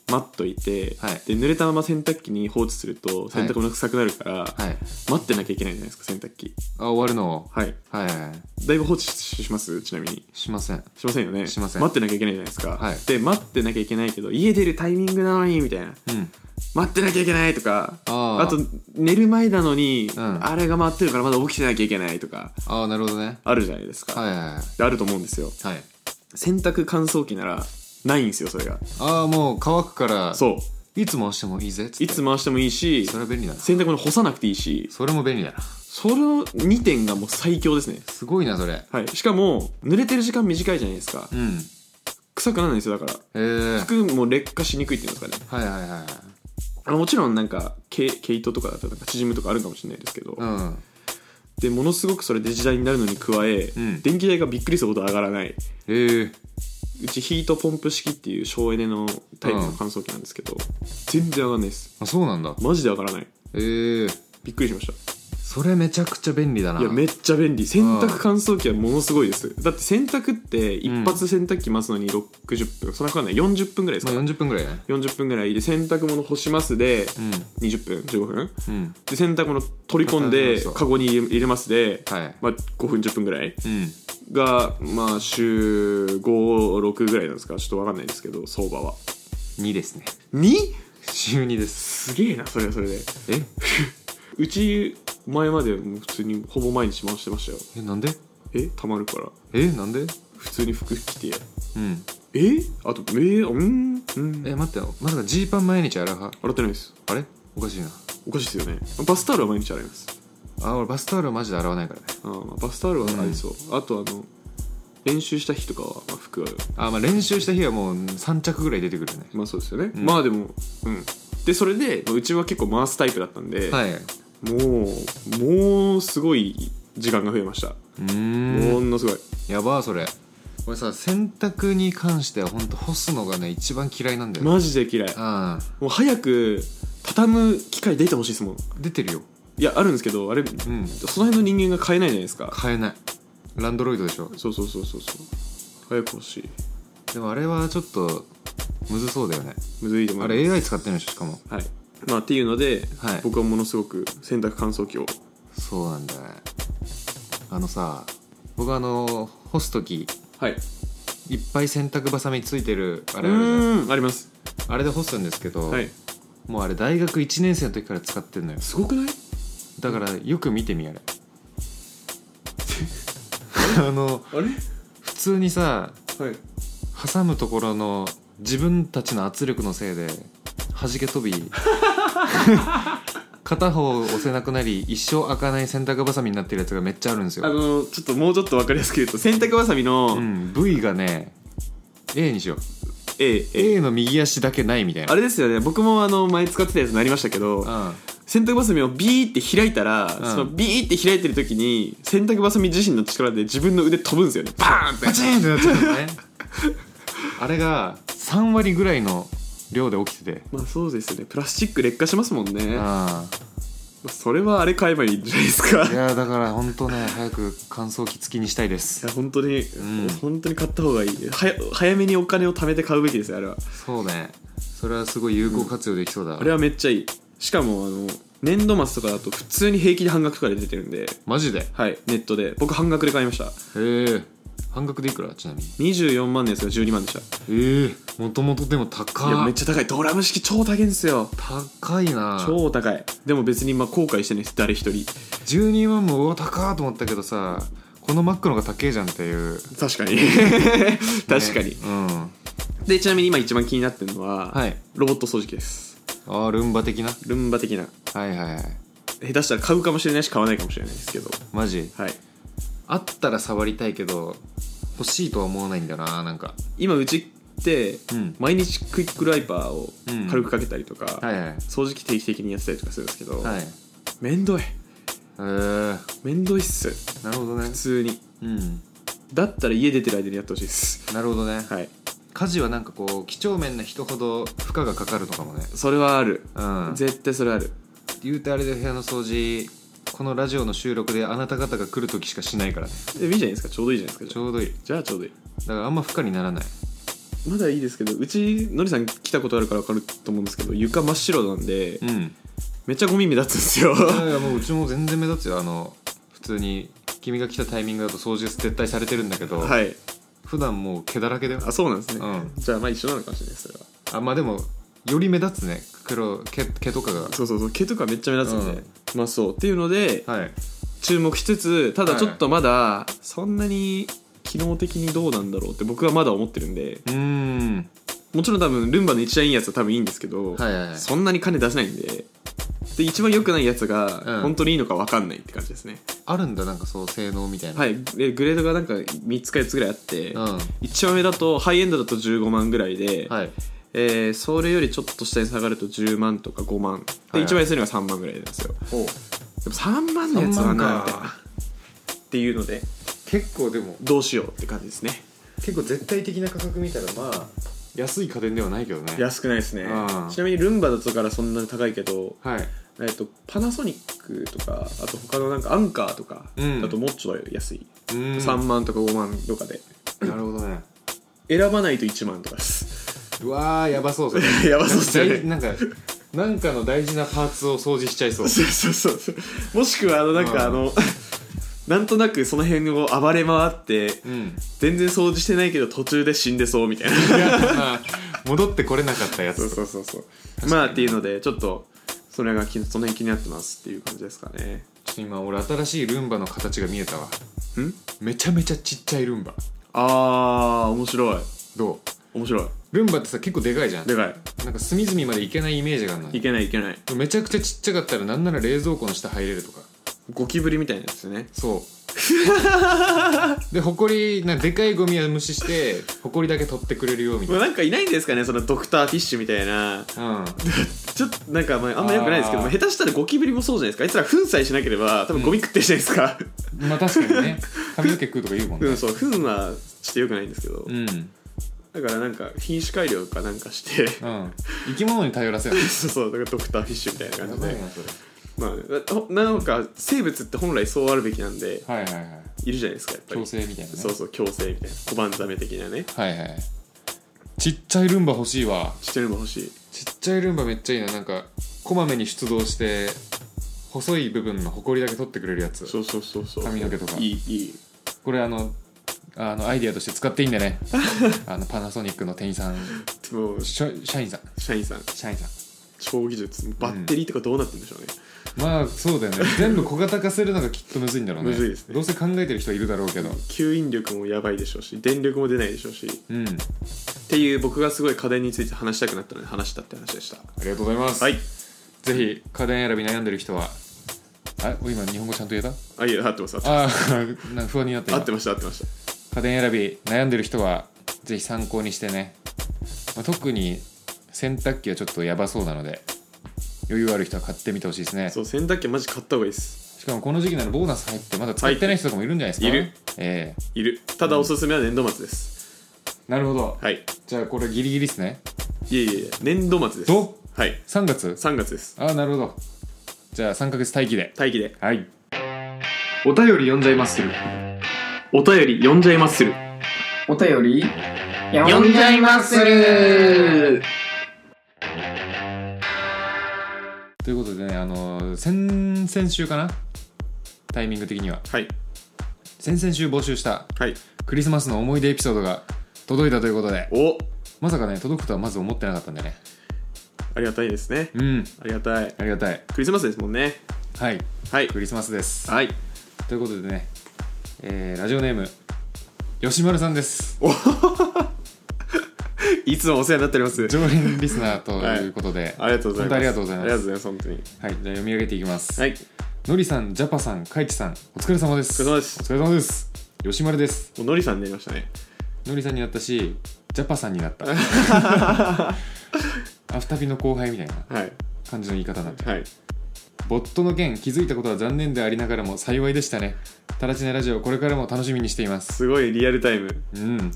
B: 待っといて、
C: はい
B: で濡れたまま洗濯機に放置すると洗濯物臭くなるから、
C: はい
B: 待ってなきゃいけないじゃないですか洗濯機
C: あ終わるの
B: はい
C: はいはいはい
B: だいぶ放置ししますちなみに
C: しません
B: しませんよね
C: しません
B: 待ってなきゃいけないじゃないですか、
C: はい
B: で待ってなきゃいけないけど家出るタイミングなのにみたいな
C: うん
B: 待ってなきゃいけないとか
C: あー
B: と寝る前なのに、
C: うん
B: あれが待ってるからまだ起きてなきゃいけないとか
C: ああなるほどね
B: あるじゃないですか、
C: はいはいはい
B: であると思うんですよ
C: はい
B: 洗濯乾燥機ならないんですよそれが
C: ああもう乾くから
B: そう
C: いつ回してもいいぜっつって
B: いつ回してもいいし
C: それは便利だな
B: 洗濯物干さなくていいし
C: それも便利だな
B: その2点がもう最強ですね
C: すごいなそれ
B: はいしかも濡れてる時間短いじゃないですか
C: うん
B: 臭くならないんですよだから
C: えー、
B: 服も劣化しにくいっていうんですかね
C: はいはいはいはい
B: あのもちろんなんか毛毛糸とかだとなんか縮むとかあるかもしれないですけど、
C: うん
B: でものすごくそれで時代になるのに加え、
C: うん
B: 電気代がびっくりするほど上がらない
C: えー、
B: うちヒートポンプ式っていう省エネのタイプの乾燥機なんですけど、全然上がんないです
C: あそうなんだ
B: マジで上がらない
C: えー、
B: びっくりしまし
C: それめちゃくちゃ便利だな
B: たいやめっちゃ便利洗濯乾燥機はものすごいですだって洗濯って一発洗濯機回すのに60分、そんなかかんない40分ぐらいです
C: まあ
B: か、
C: 40分ぐらいね
B: 40分ぐらいで洗濯物干しますで
C: う
B: 20分15分
C: んうん
B: で洗濯物取り込んで
C: そう
B: カゴに入れ入れますで、
C: はい
B: まあ、5分10分ぐらい
C: うん
B: がまあ週56ぐらいなんですかちょっと分かんないですけど相場は
C: 2ですね
B: 2?
C: 週2です
B: すげえなそれはそれで
C: え
B: うち前までもう普通にほぼ毎日回してましたよ
C: えなんで
B: えたまるから
C: えなんで
B: 普通に服着て
C: うん
B: えあとえー、うんうん
C: え待ってまさかジーパン毎日洗う派
B: 洗ってないです
C: あれおかしいな
B: おかしいですよねバスタオルは毎日洗います
C: あ俺バスタオルはマジで洗わないからね
B: あーまあバスタオルはありそう、あとあの練習した日とかは、まあ、服は
C: あまあ練習した日はもう3着ぐらい出てくるね
B: まあそうですよね、
C: ん
B: まあでもうんでそれでまあうちは結構回すタイプだったんで、
C: はい
B: もうもうすごい時間が増えました、
C: うーん
B: ものすごい
C: やばーそれ俺さ洗濯に関してはほんと干すのがね一番嫌いなんだよ
B: マジで嫌い
C: あ
B: もう早く畳む機会出てほしいですもん
C: あ出てるよ
B: いやあるんですけどあれ、
C: うん
B: その辺の人間が買えないじゃないですか
C: 買えないランドロイドでしょ
B: そうそうそうそうそう早く欲しい
C: でもあれはちょっとむずそうだよね
B: むずいと思
C: あ
B: います
C: れ AI 使ってるんでしょしかも
B: はいまあっていうので、
C: はい
B: 僕はものすごく洗濯乾燥機を
C: そうなんだよねあのさ僕あの干す時
B: はい
C: いっぱい洗濯ばさみついてるあ
B: あ
C: れあるじゃないです
B: あります
C: かあれで干すんですけど、
B: はい
C: もうあれ大学1年生の時から使ってんのよ
B: すごくない
C: だからよく見てみあれ あの
B: あれ
C: 普通にさ
B: はい
C: 挟むところの自分たちの圧力のせいで弾け 飛び片方押せなくなり一生開かない洗濯バサミになってるやつがめっちゃあるんです
B: あ
C: よ、
B: のちょっともうちょっと分かりやすく言うと洗濯ばさみ
C: う
B: の
C: ん、V がね A にしよう
B: A, A
C: A の右足だけないみたいな
B: あれですよね僕もあの前使ってたやつになりましたけど
C: うん
B: 洗濯バサミをビーって開いたら、
C: ん
B: そのビーって開いてる時に洗濯バサミ自身の力で自分の腕飛ぶんですよねバーンって
C: パチンってなっちゃうの ねあれが3割ぐらいの量で起きてて
B: まあそうですよねプラスチック劣化しますもんねま
C: あ
B: あそれはあれ買えばいいんじゃないですか
C: あいやだから本当ね早く乾燥機付きにしたいです
B: いや本当に、
C: ん
B: 本当に買った方がいいはや早めにお金を貯めて買うべきですよあれは
C: そうねそれはすごい有効活用できそうだ、
B: あれはめっちゃいいしかもあの年度末とかだと普通に平気で半額とかで出てるんで
C: マジでへ
B: はいネットで僕半額で買いました
C: え半額でいくらちなみに
B: 24万のやつが12万でした
C: ええもともとでも高
B: いやめっ
C: い
B: ちゃ高いドラム式超高いんですよ
C: 高いな
B: 超高いでも別にまあ後悔してないです誰一人
C: 12万もうわ高ーと思ったけどさこのマックの方が高えじゃんっていう
B: 確かに確かに、
C: ねうん
B: でちなみに今一番気になってるのは、
C: はい
B: ロボット掃除機です
C: あールンバ的な
B: ルンバ的な
C: はいはいはい
B: 下手したら買うかもしれないし買わないかもしれないですけど
C: マジ
B: はい
C: あったら触りたいけど欲しいとは思わないんだよななんか
B: 今うちって、
C: うん
B: 毎日クイックライパーを
C: うん
B: 軽くかけたりとか、
C: はいはい
B: 掃除機定期的にやってたりとかするんですけど、
C: はいへ
B: めんどい
C: えー、
B: めんどいっす
C: なるほどね
B: 普通に
C: うん
B: だったら家出てる間にやってほしいっす
C: なるほどね
B: はい
C: 家事はなんかこう几帳面な人ほど負荷がかかるのかもね
B: それはある、
C: うん
B: 絶対それある
C: 言うてあれで部屋の掃除このラジオの収録であなた方が来る時しかしないからね
B: でいいじゃないですかちょうどいいじゃないですか
C: ち
B: じゃあ
C: ょうどいい
B: じゃあちょうどいい
C: だからあんま負荷にならない
B: まだいいですけどうちのりさん来たことあるから分かると思うんですけど床真っ白なんで、
C: うん
B: めっちゃゴミ目立つんですよ
C: いやいやもううちも全然目立つよあの普通に君が来たタイミングだと掃除が絶対されてるんだけど、
B: はい
C: 普段もう毛だらけだよ
B: あそうなんですね、
C: うん
B: じゃあまあ一緒なのかもしれないですそれは
C: あまあでもより目立つね黒毛毛とかが
B: そうそうそう毛とかめっちゃ目立つんで、まあそうっていうので、
C: はい
B: 注目しつつただ
C: はい
B: ちょっとまだ、そんなに機能的にどうなんだろうって僕はまだ思ってるんで
C: うーん
B: もちろん多分ルンバの一番いいやつは多分いいんですけど、
C: はいはいはい
B: そんなに金出せないんでで一番良くないやつが、
C: うん
B: 本当にいいのか分かんないって感じですね
C: あるんだなんかそう性能みたいな、
B: はいでグレードがなんか3つか4つぐらいあって、
C: うん
B: 一番上だとハイエンドだと15万ぐらいで、
C: はい
B: えーそれよりちょっと下に下がると10万とか5万で、
C: はい
B: 一番安いのが3万ぐらいなんですよ
C: お
B: でも3万のや
C: 3
B: つは
C: 万
B: なみたいな
C: か
B: っていうので
C: 結構でも
B: どうしようって感じですね
C: 結構絶対的な価格見たらまあ安い家電ではないけどね
B: 安くないですね
C: うん
B: ちなみにルンバだとからそんなに高いけど、
C: はい
B: えっとパナソニックとかあと他のなんかアンカーとか
C: うん
B: だともうちょっと安い、
C: うーん
B: 3万とか5万とかで
C: なるほどね
B: 選ばないと1万とかです
C: うわーやばそうそれ
B: やばそうっすよね
C: なんかなんかの大事なパーツを掃除しちゃいそう
B: そうそうそうそうもしくはあのなんかあ
C: うん
B: のなんとなくその辺を暴れ回って
C: うん
B: 全然掃除してないけど途中で死んでそうみたいな
C: いやまあ戻ってこれなかったや
B: そう
C: つ
B: そうそうそうまあっていうのでちょっとそれが気その辺気になってますっていう感じですかね
C: 今俺新しいルンバの形が見えたわ
B: ん
C: めちゃめちゃちっちゃいルンバ
B: あー面白い
C: ど
B: 面白いう
C: ルンバってさ結構でかいじゃん
B: で
C: なん
B: か
C: か隅々までいけないイメージがあるの
B: いい
C: に
B: けないいけない
C: めちゃくちゃちっちゃかったらなんなら冷蔵庫の下入れるとか
B: ゴキブリみたいなやつですね
C: そ うで埃なんかでかいゴミは無視して埃だけ取ってくれるよみたい
B: まあなんかいないんですかねそのドクターティッシュみたいな
C: なうん
B: ちょっとなんかまああんまよくないですけど
C: あー
B: まあ下手したらゴキブリもそうじゃないですかあいつら糞さえしなければ多分ゴミ食ってるじゃないですか
C: まあ確かにね髪の毛食うとか言うもん
B: う
C: ね
B: んそう糞はちょっとよくないんですけど
C: うん、
B: だからなんか品種改良かなんかして
C: うん、生き物に頼らせない
B: そうそうだからドクターフィッシュみたいな感じで
C: それ
B: まあほなんか生物って本来そうあるべきなんで
C: はいはいはい
B: いるじゃないですかやっぱり
C: 強制みたいなね
B: そうそう強制みたいな小判ザメ的なね
C: はいはいちっちゃいルンバ欲しいわ
B: してるのも欲しい
C: ちっちゃいルンバめっちゃいいななんかこまめに出動して細い部分のホコリだけ取ってくれるやつ
B: そうそうそうそう
C: 髪の毛とか
B: いいいい
C: これあのあのアイディアとして使っていいんだ ねあのパナソニックの店員さん
B: もう
C: 社社員さん
B: 社員さん
C: 社員さん
B: 超技術バッテリーとかどうなってるんでしょうね、
C: まあそうだよね全部小型化するのがきっとむずいんだろうね
B: むずいですね
C: どうせ考えてる人はいるだろうけど
B: 吸引力もやばいでしょうし電力も出ないでしょうしっ
C: うんあ
B: ていう僕がすごい家電について話したくなったので話したって話でした
C: りがとうございます、
B: はい
C: ぜひ家電選び悩んでる人はあ今日本語ちゃんと言えた
B: あいや合ってます合ってま
C: あ あなんか不安になって
B: す合ってました合ってました
C: 家電選び悩んでる人はぜひ参考にしてね、まあ、特に洗濯機はちょっとやばそうなので余裕ある人は買ってみてほしいですね
B: そう洗濯機マジ買った方がいいです
C: しかもこの時期ならボーナス入ってまだ使ってない人とかもいるんじゃないですか、
B: はいいる
C: ええ
B: いるただおすすめは年度末です、
C: なるほど
B: はい
C: じゃあこれギリギリですね
B: いえいえいえ年度末です
C: ど
B: はい
C: 3月
B: 3月です
C: ああなるほどじゃあ3ヶ月待機で
B: 待機で
C: はいお便り読んじゃいまする
B: お便り読んじゃいまする
A: お便り
D: 呼んじゃいまする
C: ということでねあの先先週かなタイミング的には
B: はい
C: 先々週募集した
B: はい
C: クリスマスの思い出エピソードが届いたということで
B: お
C: まさかね届くとはまず思ってなかったんでね
B: ありがたいですね
C: うん
B: ありがたい
C: ありがたい
B: クリスマスですもんね
C: はい
B: はい
C: クリスマスです
B: はい
C: ということでね、えーラジオネーム吉丸さんです
B: いつもお世話になっております
C: 常連リスナーということで、
B: ありがとうございます
C: 本当ありがとうございます
B: ありがとうございます本当に
C: はい、じゃあ読み上げていきます。
B: はい
C: のりさん、ジャパさん、かいちさん、お疲れ様です。
B: お疲れ様です
C: お疲れ様です。吉丸です。
B: もうのりさんになりましたね
C: のりさんになったし、ジャパさんになった。 アフタビの後輩みたいな
B: はい
C: 感じの言い方になって。
B: はい
C: ボットの件、気づいたことは残念でありながらも幸いでしたね。タラチネラジオ、これからも楽しみにしています。
B: すごいリアルタイム
C: うん。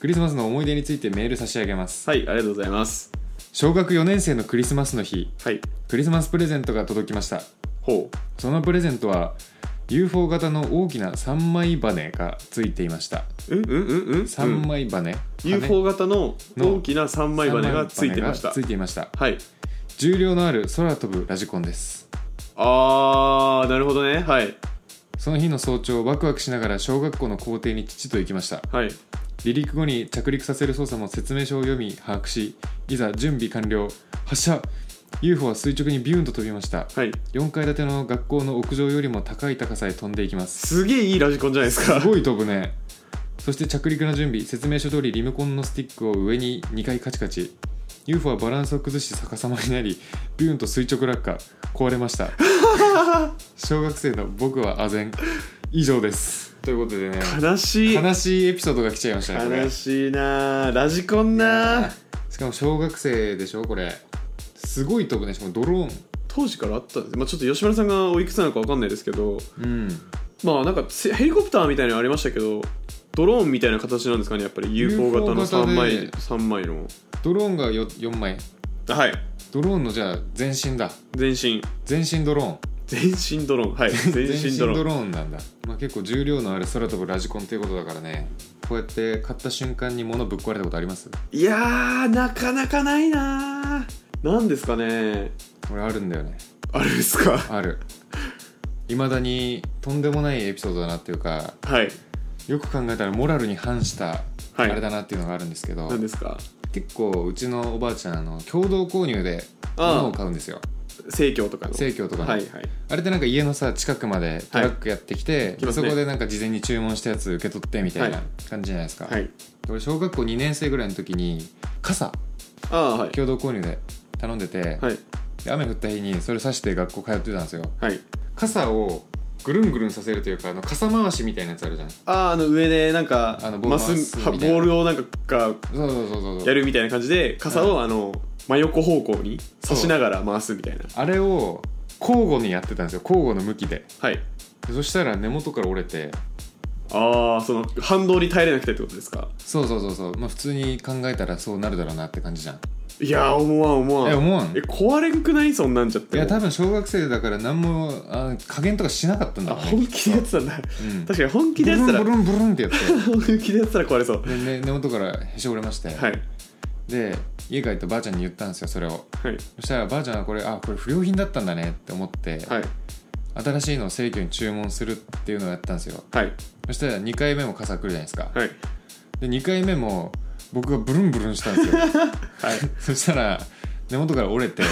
C: クリスマスの思い出についてメール差し上げます。
B: はいありがとうございます
C: 小学4年生のクリスマスの日、
B: はい
C: クリスマスプレゼントが届きました。
B: ほう
C: そのプレゼントは UFO 型の大きな三枚バネがついていました
B: うんうんうんうん
C: 三枚バネ、羽
B: UFO 型の大きな三枚羽がついてました
C: 三枚バネがついていました
B: はい
C: 重量のある空飛ぶラジコンです
B: あーなるほどねはい
C: その日の早朝ワクワクしながら小学校の校庭に父と行きました
B: はい
C: 離陸後に着陸させる操作も説明書を読み把握しいざ準備完了発射 UFO は垂直にビューンと飛びました
B: はい
C: 4階建ての学校の屋上よりも高い高さへ飛んでいきます
B: すげえいいラジコンじゃないですか
C: すごい飛ぶねそして着陸の準備説明書通りリモコンのスティックを上に2回カチカチ UFO はバランスを崩し逆さまになりビューンと垂直落下壊れました小学生の僕は唖然以上ですということでね
B: 悲しい
C: 悲しいエピソードが来ちゃいましたねこれ
B: 悲しいなあラジコンなあ
C: しかも小学生でしょこれすごい飛ぶねしかもドロー
B: 当時からあったんです、まあ、ちょっと吉村さんがおいくつなのか分かんないですけど
C: ンうん
B: まあなんかせヘリコプターみたいなのありましたけどドローンみたいな形なんですかねやっぱり UFO 型
C: UFO
B: の3枚
C: 型で
B: 三枚の
C: ドローンが 4, 枚
B: はい
C: ドローンのじゃあ全身だ
B: 全身
C: 全身ドローン
B: 全身ドローンはい全
C: 全
B: 身
C: 身
B: ド
C: ド
B: ロ
C: ロ
B: ーン
C: ーンなんだ、まあ、結構重量のある空飛ぶラジコンっていうことだからねこうやって買った瞬間に物ぶっ壊れたことあります
B: いやーなかなかないなあなんですかね
C: 俺あるんだよね
B: あれですか
C: あるいまだにとんでもないエピソードだなっていうか
B: はい
C: よく考えたらモラルに反したあ
B: はい
C: れだなっていうのがあるんですけど、
B: 何ですか
C: 結構うちのおばあちゃんあの共同購入で
B: ああ
C: 物を買うんですよ
B: 生協とかの
C: 生協とかの、
B: はいはい
C: あれってなんか家のさ近くまでトラックやってきて、
B: 来ます
C: そ
B: ね
C: こでなんか事前に注文したやつ受け取ってみたいな感じじゃないですか、
B: はい
C: 俺小学校2年生ぐらいの時に傘
B: ああはい
C: 共同購入で頼んでて、
B: はい
C: で雨降った日にそれさして学校通ってたんですよ
B: はい
C: 傘をぐるんぐるんさせるというかあの傘回しみたいなやつあるじゃんそ
B: あーあの上でなんか
C: あのボール
B: マ
C: 回
B: ス
C: すみ
B: は
C: た
B: ボ
C: いな
B: ールをなんかが
C: うそうそうそうそ
B: や
C: う
B: るみたいな感じで傘をあの真横方向に差しながら回すみたいな
C: あれを交互にやってたんですよ交互の向きで
B: はい
C: でそしたら根元から折れて
B: ああその反動に耐えれなくてってことですか
C: そうそうそうそうまあ普通に考えたらそうなるだろうなって感じじゃん
B: いやー思わん思わん
C: え思わん
B: え壊れんくないそんなんじゃって
C: い
B: も
C: や多分小学生だから何もあ加減とかしなかったんだ
B: あ
C: ろうね
B: 本気でやってたんだ、
C: うん
B: 確かに本気でやってたら
C: ブルンブルンブルンってやって
B: 本気でやってたら壊れそう
C: で、ね、根元からへし折れまして、
B: はい
C: で家帰ってばあちゃんに言ったんですよそれを
B: はい
C: そしたらばあちゃんはこれあこれ不良品だったんだねって思って、
B: はい
C: 新しいのを正規に注文するっていうのをやったんですよ
B: はい
C: そしたら2回目も傘来るじゃないですか、
B: はい
C: で2回目も僕がブルンブルンしたんですよ
B: はい
C: そしたら根元から折れ て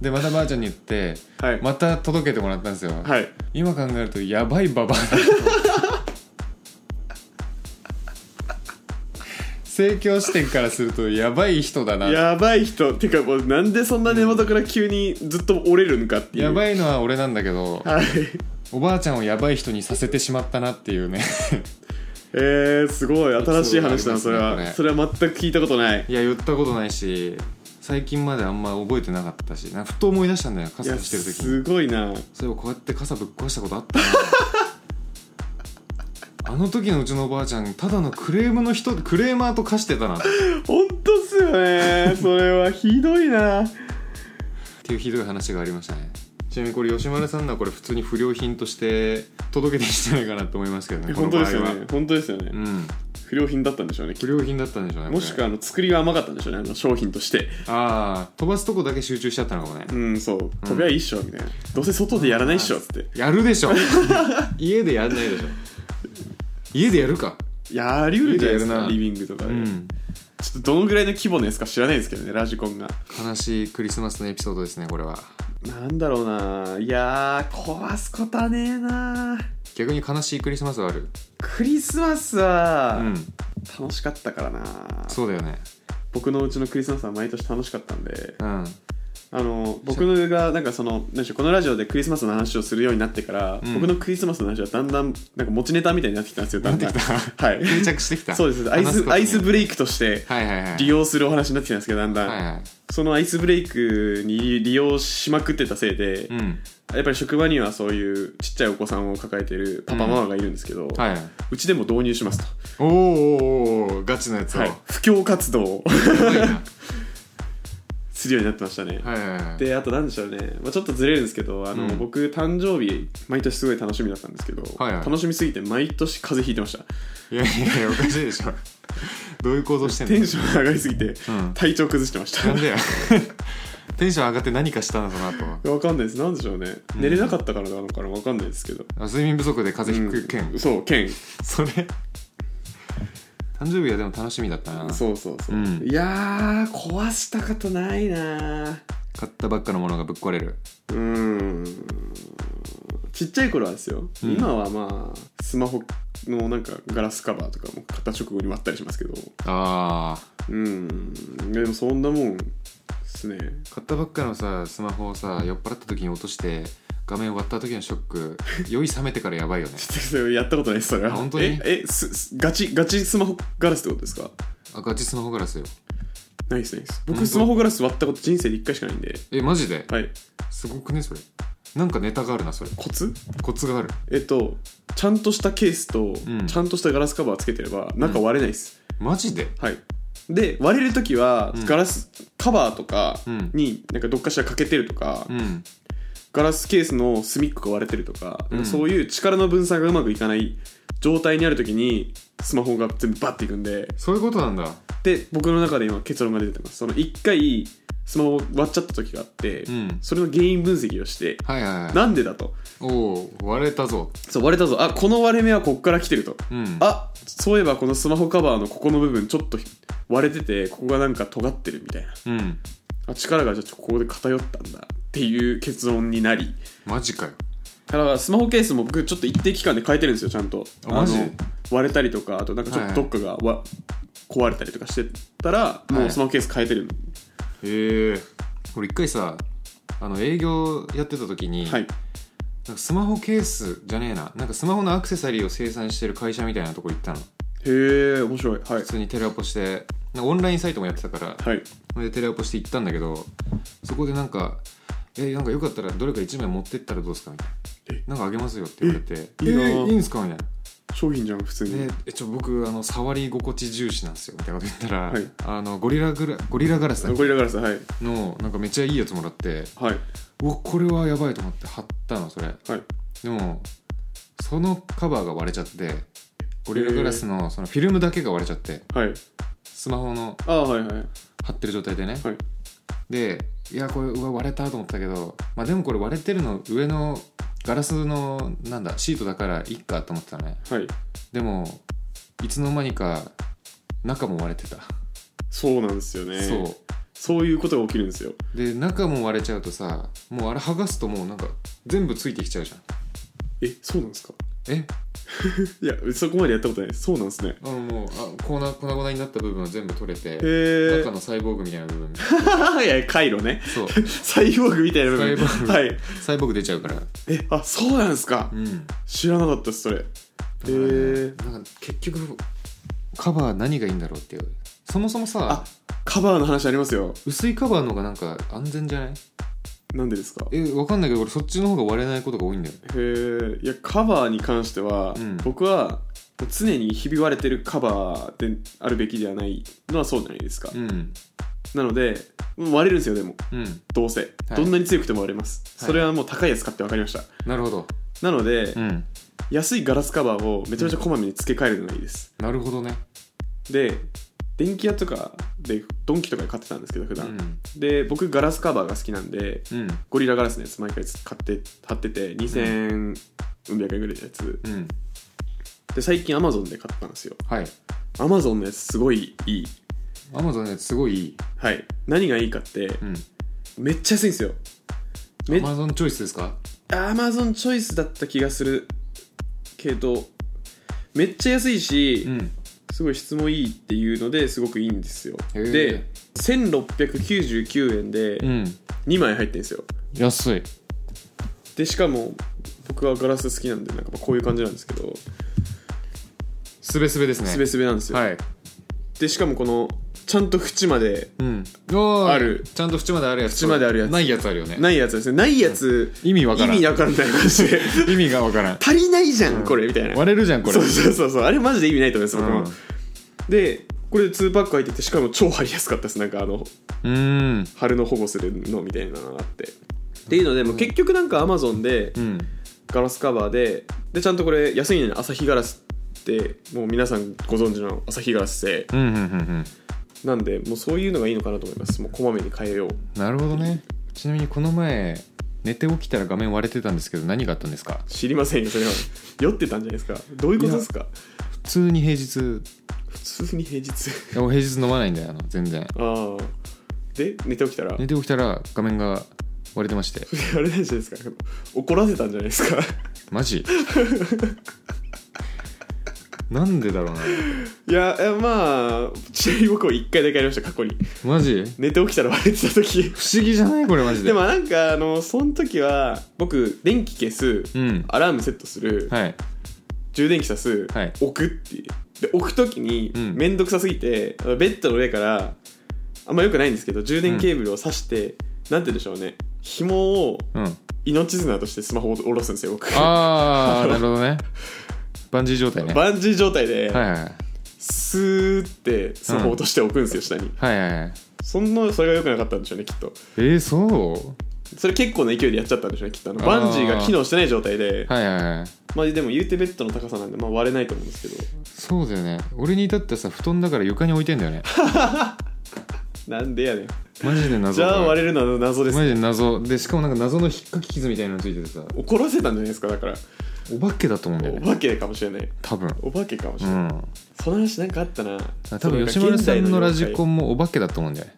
C: でまたばあちゃんに言って
B: はい
C: また届けてもらったんですよ、
B: はい
C: 今考えるとやばいババアだと思 って盛況視点からするとやばい人だな
B: やばい人てかもうなんでそんな根元から急にずっと折れるんかっていう
C: や
B: い
C: ばいのは俺なんだけど
B: はい
C: おばあちゃんをやばい人にさせてしまったなっていうね
B: えー、すごい新しい話だなそ
C: そう
B: れ
C: だあり
B: は、
C: ますねこれ
B: それは全く聞いたことない
C: いや言ったことないし最近まであんま覚えてなかったしなんかふと思い出したんだよ
B: い
C: 傘
B: や
C: してる時
B: す
C: に
B: ごいな
C: そういえばこうやって傘ぶっ壊したことあったな あの時のうちのおばあちゃんただのクレームの人クレーマーと化してたなって
B: 本当っすよ ねそれはひどいな
C: っていうひどい話がありましたねちなみにこれ吉丸さんのはこれ普通に不良品として届けてきてないかなと思いますけどね
B: 本当ですよ
C: この場合
B: ね
C: は
B: 本当ですよね、
C: うん
B: 不良品だったんでしょうね
C: 不良品だったんでしょうねこれ
B: もしくはあの作りが甘かったんでしょうねあの商品として
C: ああ飛ばすとこだけ集中しちゃったのかもね
B: うんそう飛びゃいいっしょみたいな、どうせ外でやらないっしょっつって
C: やるでしょ 家でやんないでしょ家でやるか
B: やりうるじゃないです
C: やる
B: か
C: な
B: リビングとかで、
C: うん
B: ちょっとどのぐらいの規模のやつか知らないですけどねラジコンが
C: 悲しいクリスマスのエピソードですねこれは
B: なんだろうないやー壊すことはねえな
C: 逆に悲しいクリスマスはある
B: クリスマス
C: う
B: は
C: ん
B: 楽しかったからな、
C: そうだよね
B: 僕のうちのクリスマスは毎年楽しかったんで
C: うん
B: あの僕がなんかそのなんでしょうこのラジオでクリスマスの話をするようになってから、
C: うん
B: 僕のクリスマスの話はだんだんなんか持ちネタみたいになってきたんですよだんだん
C: なってき
B: はい
C: 定着してきた
B: そうですアイ
C: 話
B: ス
C: こと
B: ア
C: に
B: イスブレイクとして
C: はいはいはい
B: 利用するお話になってきたんですけどだんだん、
C: はいはい
B: そのアイスブレイクに利用しまくってたせいで、
C: うん
B: やっぱり職場にはそういうちっちゃいお子さんを抱えてるパパママがいるんですけど、う
C: はいはいう
B: ちでも導入します
C: おーおーおーガチのやつ
B: と、
C: を、
B: はい、布教活動を
C: すごいな
B: するようになってましたね、
C: はいはいはい
B: であと何でしょうね、まあ、ちょっとずれるんですけどあの、
C: うん
B: 僕誕生日毎年すごい楽しみだったんですけど、
C: はいはい
B: 楽しみすぎて毎年風邪ひいてました
C: いやいやいやおかしいでしょどういう行動してん
B: テ
C: の
B: ンションが上がりすぎて、
C: ん
B: 体調崩してました
C: なんでやテンション上がって何かしたのその後
B: わかんないですなんでしょうね、寝れなかったからなのかなわかんないですけど
C: あ睡眠不足で風邪ひく件、
B: うんそう剣
C: それ誕生日はでも楽しみだったな
B: そうそうそう、
C: うん
B: いやー壊したことないな
C: 買ったばっかのものがぶっ壊れる
B: ーうんちっちゃい頃はですよ、
C: うん
B: 今はまあスマホのなんかガラスカバーとかも買った直後に割ったりしますけど
C: ああ
B: うんでもそんなもんですね
C: 買ったばっかのさスマホをさ酔っ払った時に落として画面割った時のショック酔い冷めてからやば いよね
B: ちょっとそれやったことないですそれは
C: あ本当に
B: ええすすガチガチスマホガラスってことですか
C: あガチスマホガラスよ
B: ないですないです
C: 本
B: 僕
C: 当
B: スマホガラス割ったこと人生で一回しかないんで
C: えマジで、
B: はい
C: すごくねそれなんかネタがあるなそれ
B: コツ
C: コツがある
B: えっとちゃんとしたケースと、
C: うん
B: ちゃんとしたガラスカバーつけてれば中割れないです、
C: マジで
B: はいで割れる時は
C: うん
B: ガラス、カバーとか
C: うん
B: になんかどっかしら欠けてるとか、
C: うん
B: ガラスケースの隅っこが割れてるとか、
C: うん
B: そういう力の分散がうまくいかない状態にある時にスマホが全部バッていくんで
C: そういうことなんだ
B: で僕の中で今結論が出てますその1回スマホを割っちゃった時があって、
C: うん
B: それの原因分析をして、
C: はいはいはい
B: なんでだと
C: おお割れたぞ
B: そう割れたぞあこの割れ目はこっから来てると
C: うん
B: あそういえばこのスマホカバーのここの部分ちょっと割れててここがなんか尖ってるみたいな
C: うん
B: あ力がじゃあここで偏ったんだっていう結論になり
C: マジかよ
B: だからスマホケースも僕ちょっと一定期間で変えてるんですよちゃんと
C: あマジ
B: あの割れたりとかあとなんかちょっとどっかがわ、壊れたりとかしてたらもうスマホケース変えてる
C: へえ俺一回さあの営業やってた時に、
B: はい
C: なんかスマホケースじゃねえななんかスマホのアクセサリーを生産してる会社みたいなとこ行ったの
B: へえ面白いはい
C: 普通にテレアポしてなんかオンラインサイトもやってたから、
B: はい
C: それでテレアポして行ったんだけどそこでなんか「えなんかよかったらどれか1枚持ってったらどうですか?」みたい
B: え
C: な「なんかあげますよ」って言われて「え
B: いいなあ
C: ーいいんすか?」みたいな
B: 商品じゃん普通に
C: でえちょ僕あの触り心地重視なんですよみたいなこと言ったら、
B: はい
C: あのゴリラグラゴリラガラスだっけ
B: ゴリラガラスはい
C: のなんかめっちゃいいやつもらって
B: はいう
C: わこれはやばいと思って貼ったのそれ
B: はい
C: でもそのカバーが割れちゃってゴリラガラスのそのフィルムだけが割れちゃって
B: はい
C: スマホの
B: ああはいはいはい
C: 貼ってる状態でね、
B: はい
C: でいやこれうわ割れたと思ったけど、まあ、でもこれ割れてるの上のガラスのなんだシートだからいっかと思ってたね
B: はい
C: でもいつの間にか中も割れてた、
B: そうなんですよね
C: そ
B: そういうことが起きるんですよ
C: うで中も割れちゃうとさもうあれ剥がすともうなんか全部ついてきちゃうじゃん
B: えそうなんですか
C: え
B: いやそこまでやったことないですそうなんですね
C: あのもうあ粉粉々になった部分は全部取れて
B: へえ
C: 中のサイボーグみたいな部分
B: いや回路ね
C: そう
B: サイボーグみたいな部分
C: サイボーグ
B: はい
C: サイボーグ出ちゃうから
B: えあそうなんですか
C: うん
B: 知らなかったですそれへ
C: だからね
B: え
C: なんか結局カバー何がいいんだろうっていうそもそも
B: あ
C: さ
B: カバーの話ありますよ
C: 薄いカバーの方がなんか安全じゃない
B: なんでですかへ
C: えわかんないけど俺そっちの方が割れないことが多いんだよ
B: えいやカバーに関しては、
C: うん
B: 僕は常にひび割れてるカバーであるべきではないのはそうじゃないですか、
C: うん
B: なので割れるんですよでも
C: うん
B: どうせ、
C: はい
B: どんなに強くても割れます、
C: はい
B: それはもう高いやつ買って分かりました
C: なるほど
B: なので、
C: うん
B: 安いガラスカバーをめちゃめちゃこまめに付け替えるのがいいです、
C: なるほどね
B: で電気屋とかでドンキとかで買ってたんですけど普
C: う
B: 段、
C: ん
B: で僕ガラスカバーが好きなんで
C: うん
B: ゴリラガラスのやつ毎回買って貼ってて2400円ぐらいのやつ
C: うん
B: で最近アマゾンで買ったんですよ
C: はい
B: アマゾンのやつすごいいい
C: アマゾンのやつすごいいい、
B: はい何がいいかって
C: うん、
B: めっちゃ安いんですよめ
C: アマゾンチョイスですか
B: アマゾンチョイスだった気がするけどめっちゃ安いし、
C: うん
B: すごい質もいいっていうのですごくいいんですよ
C: へー
B: で1699円で
C: うん
B: 2枚入ってるんですよ
C: 安い
B: でしかも僕はガラス好きなんでなんかまあこういう感じなんですけど
C: すべすべですね
B: すべすべなんですよ、
C: はい
B: でしかもこのちゃんと縁まで
C: うんおー
B: ある
C: ちゃんと縁まであるやつと
B: 縁まであるやつ
C: ないやつあるよね
B: ないやつですねないやつ、
C: 意味わからん
B: 意味わかんないマジ で
C: 意味がわからん
B: 足りないじゃん、これみたいな
C: 割れるじゃんこれ
B: そうそうそうそうあれマジで意味ないと思います僕も、
C: うん
B: でこれで2パック入っててしかも超貼りやすかったですなんかあの
C: うーん
B: 貼るの保護するのみたいなのがあってっていうのでもう結局なんかアマゾンで
C: うん
B: ガラスカバーででちゃんとこれ安いのに朝日ガラスってもう皆さんご存知の朝日ガラス製
C: うんうんうんうん
B: なんでもうそういうのがいいのかなと思いますもうこまめに変えよう
C: なるほどねちなみにこの前寝て起きたら画面割れてたんですけど何があったんですか
B: 知りませんよそれは酔ってたんじゃないですかどういうことですか
C: 普通に平日
B: 普通に平日
C: いや俺平日飲まないんだよあの全然
B: ああで寝て起きたら
C: 寝て起きたら画面が割れてまして
B: あれなんじゃないですか怒らせたんじゃないですか
C: マジなんでだろうない
B: やえまあちなみに僕は1回だけありました過去に
C: マジ
B: 寝て起きたら割れてた時
C: 不思議じゃないこれマジで
B: でもなんかあのその時は僕電気消す、
C: うん
B: アラームセットする、
C: はい
B: 充電器さす、
C: はい
B: 置くっていうで置く時に
C: うん
B: 面倒くさすぎて、あのベッドの上からあんまよくないんですけど充電ケーブルを挿して、なんて言うんでしょうね紐を
C: うん
B: 命綱としてスマホを下ろすんですよ僕
C: ああなるほどねバンジー状態ねは
B: バンジー状態で、
C: いはいはい
B: スーってスマホ落として置くんですよ、下に
C: はいはいはい
B: そんなそれが良くなかったんでしょうねきっと
C: えー、そう
B: それ結構な勢いでやっちゃったんでしょうねきっとあの
C: あー
B: バンジーが機能してない状態で
C: はいはいはい
B: まあでも言うてベッドの高さなんで、まあ、割れないと思うんですけど
C: そうだよね俺に至ってはさ布団だから床に置いてんだ よね
B: なんでやねん
C: マジで謎
B: じゃあ割れるのは謎です
C: マジで謎でしかもなんか謎の引っかき傷みたいなのついててさ
B: 怒らせたんじゃないですかだから
C: お化けだと思うんだよ
B: お
C: ね
B: 化けかもしれない
C: 多分
B: お化けかもし
C: う
B: れない、
C: ん
B: その話なんかあったな
C: 多分吉丸さんのラジコ
B: ン
C: ンもお化けだと思うんだよね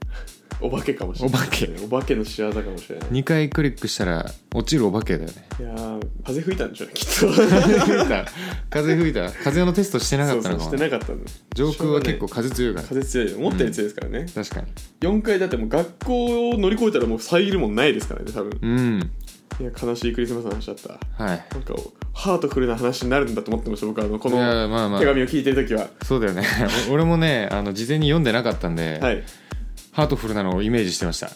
B: お化けかもしれない
C: お化け
B: お化けの仕業かもしれない
C: 2回クリックしたら落ちるお化けだよね
B: いやー風吹いたんでしょうねきっ と
C: 吹いた風吹いた風のテストしてなか
B: そ
C: っ
B: う
C: た
B: そう
C: の
B: し
C: か
B: て
C: も
B: なかったの
C: 上空は結構
B: しょ
C: 風強いから
B: うがない風強い思ったより強いですからね、
C: 確かに
B: 4回だってもう学校を乗り越えたらもう遮るもんないですからね多分
C: うん
B: いや悲しいクリスマスの話だった
C: はい
B: なんかハートフルな話になるんだと思ってました僕はあのこ
C: いや
B: の
C: まあまあ
B: 手紙を聞いてる時は、
C: そうだよね お俺もねあの事前に読んでなかったんで、
B: はい
C: ハートフルなのをイメージしてました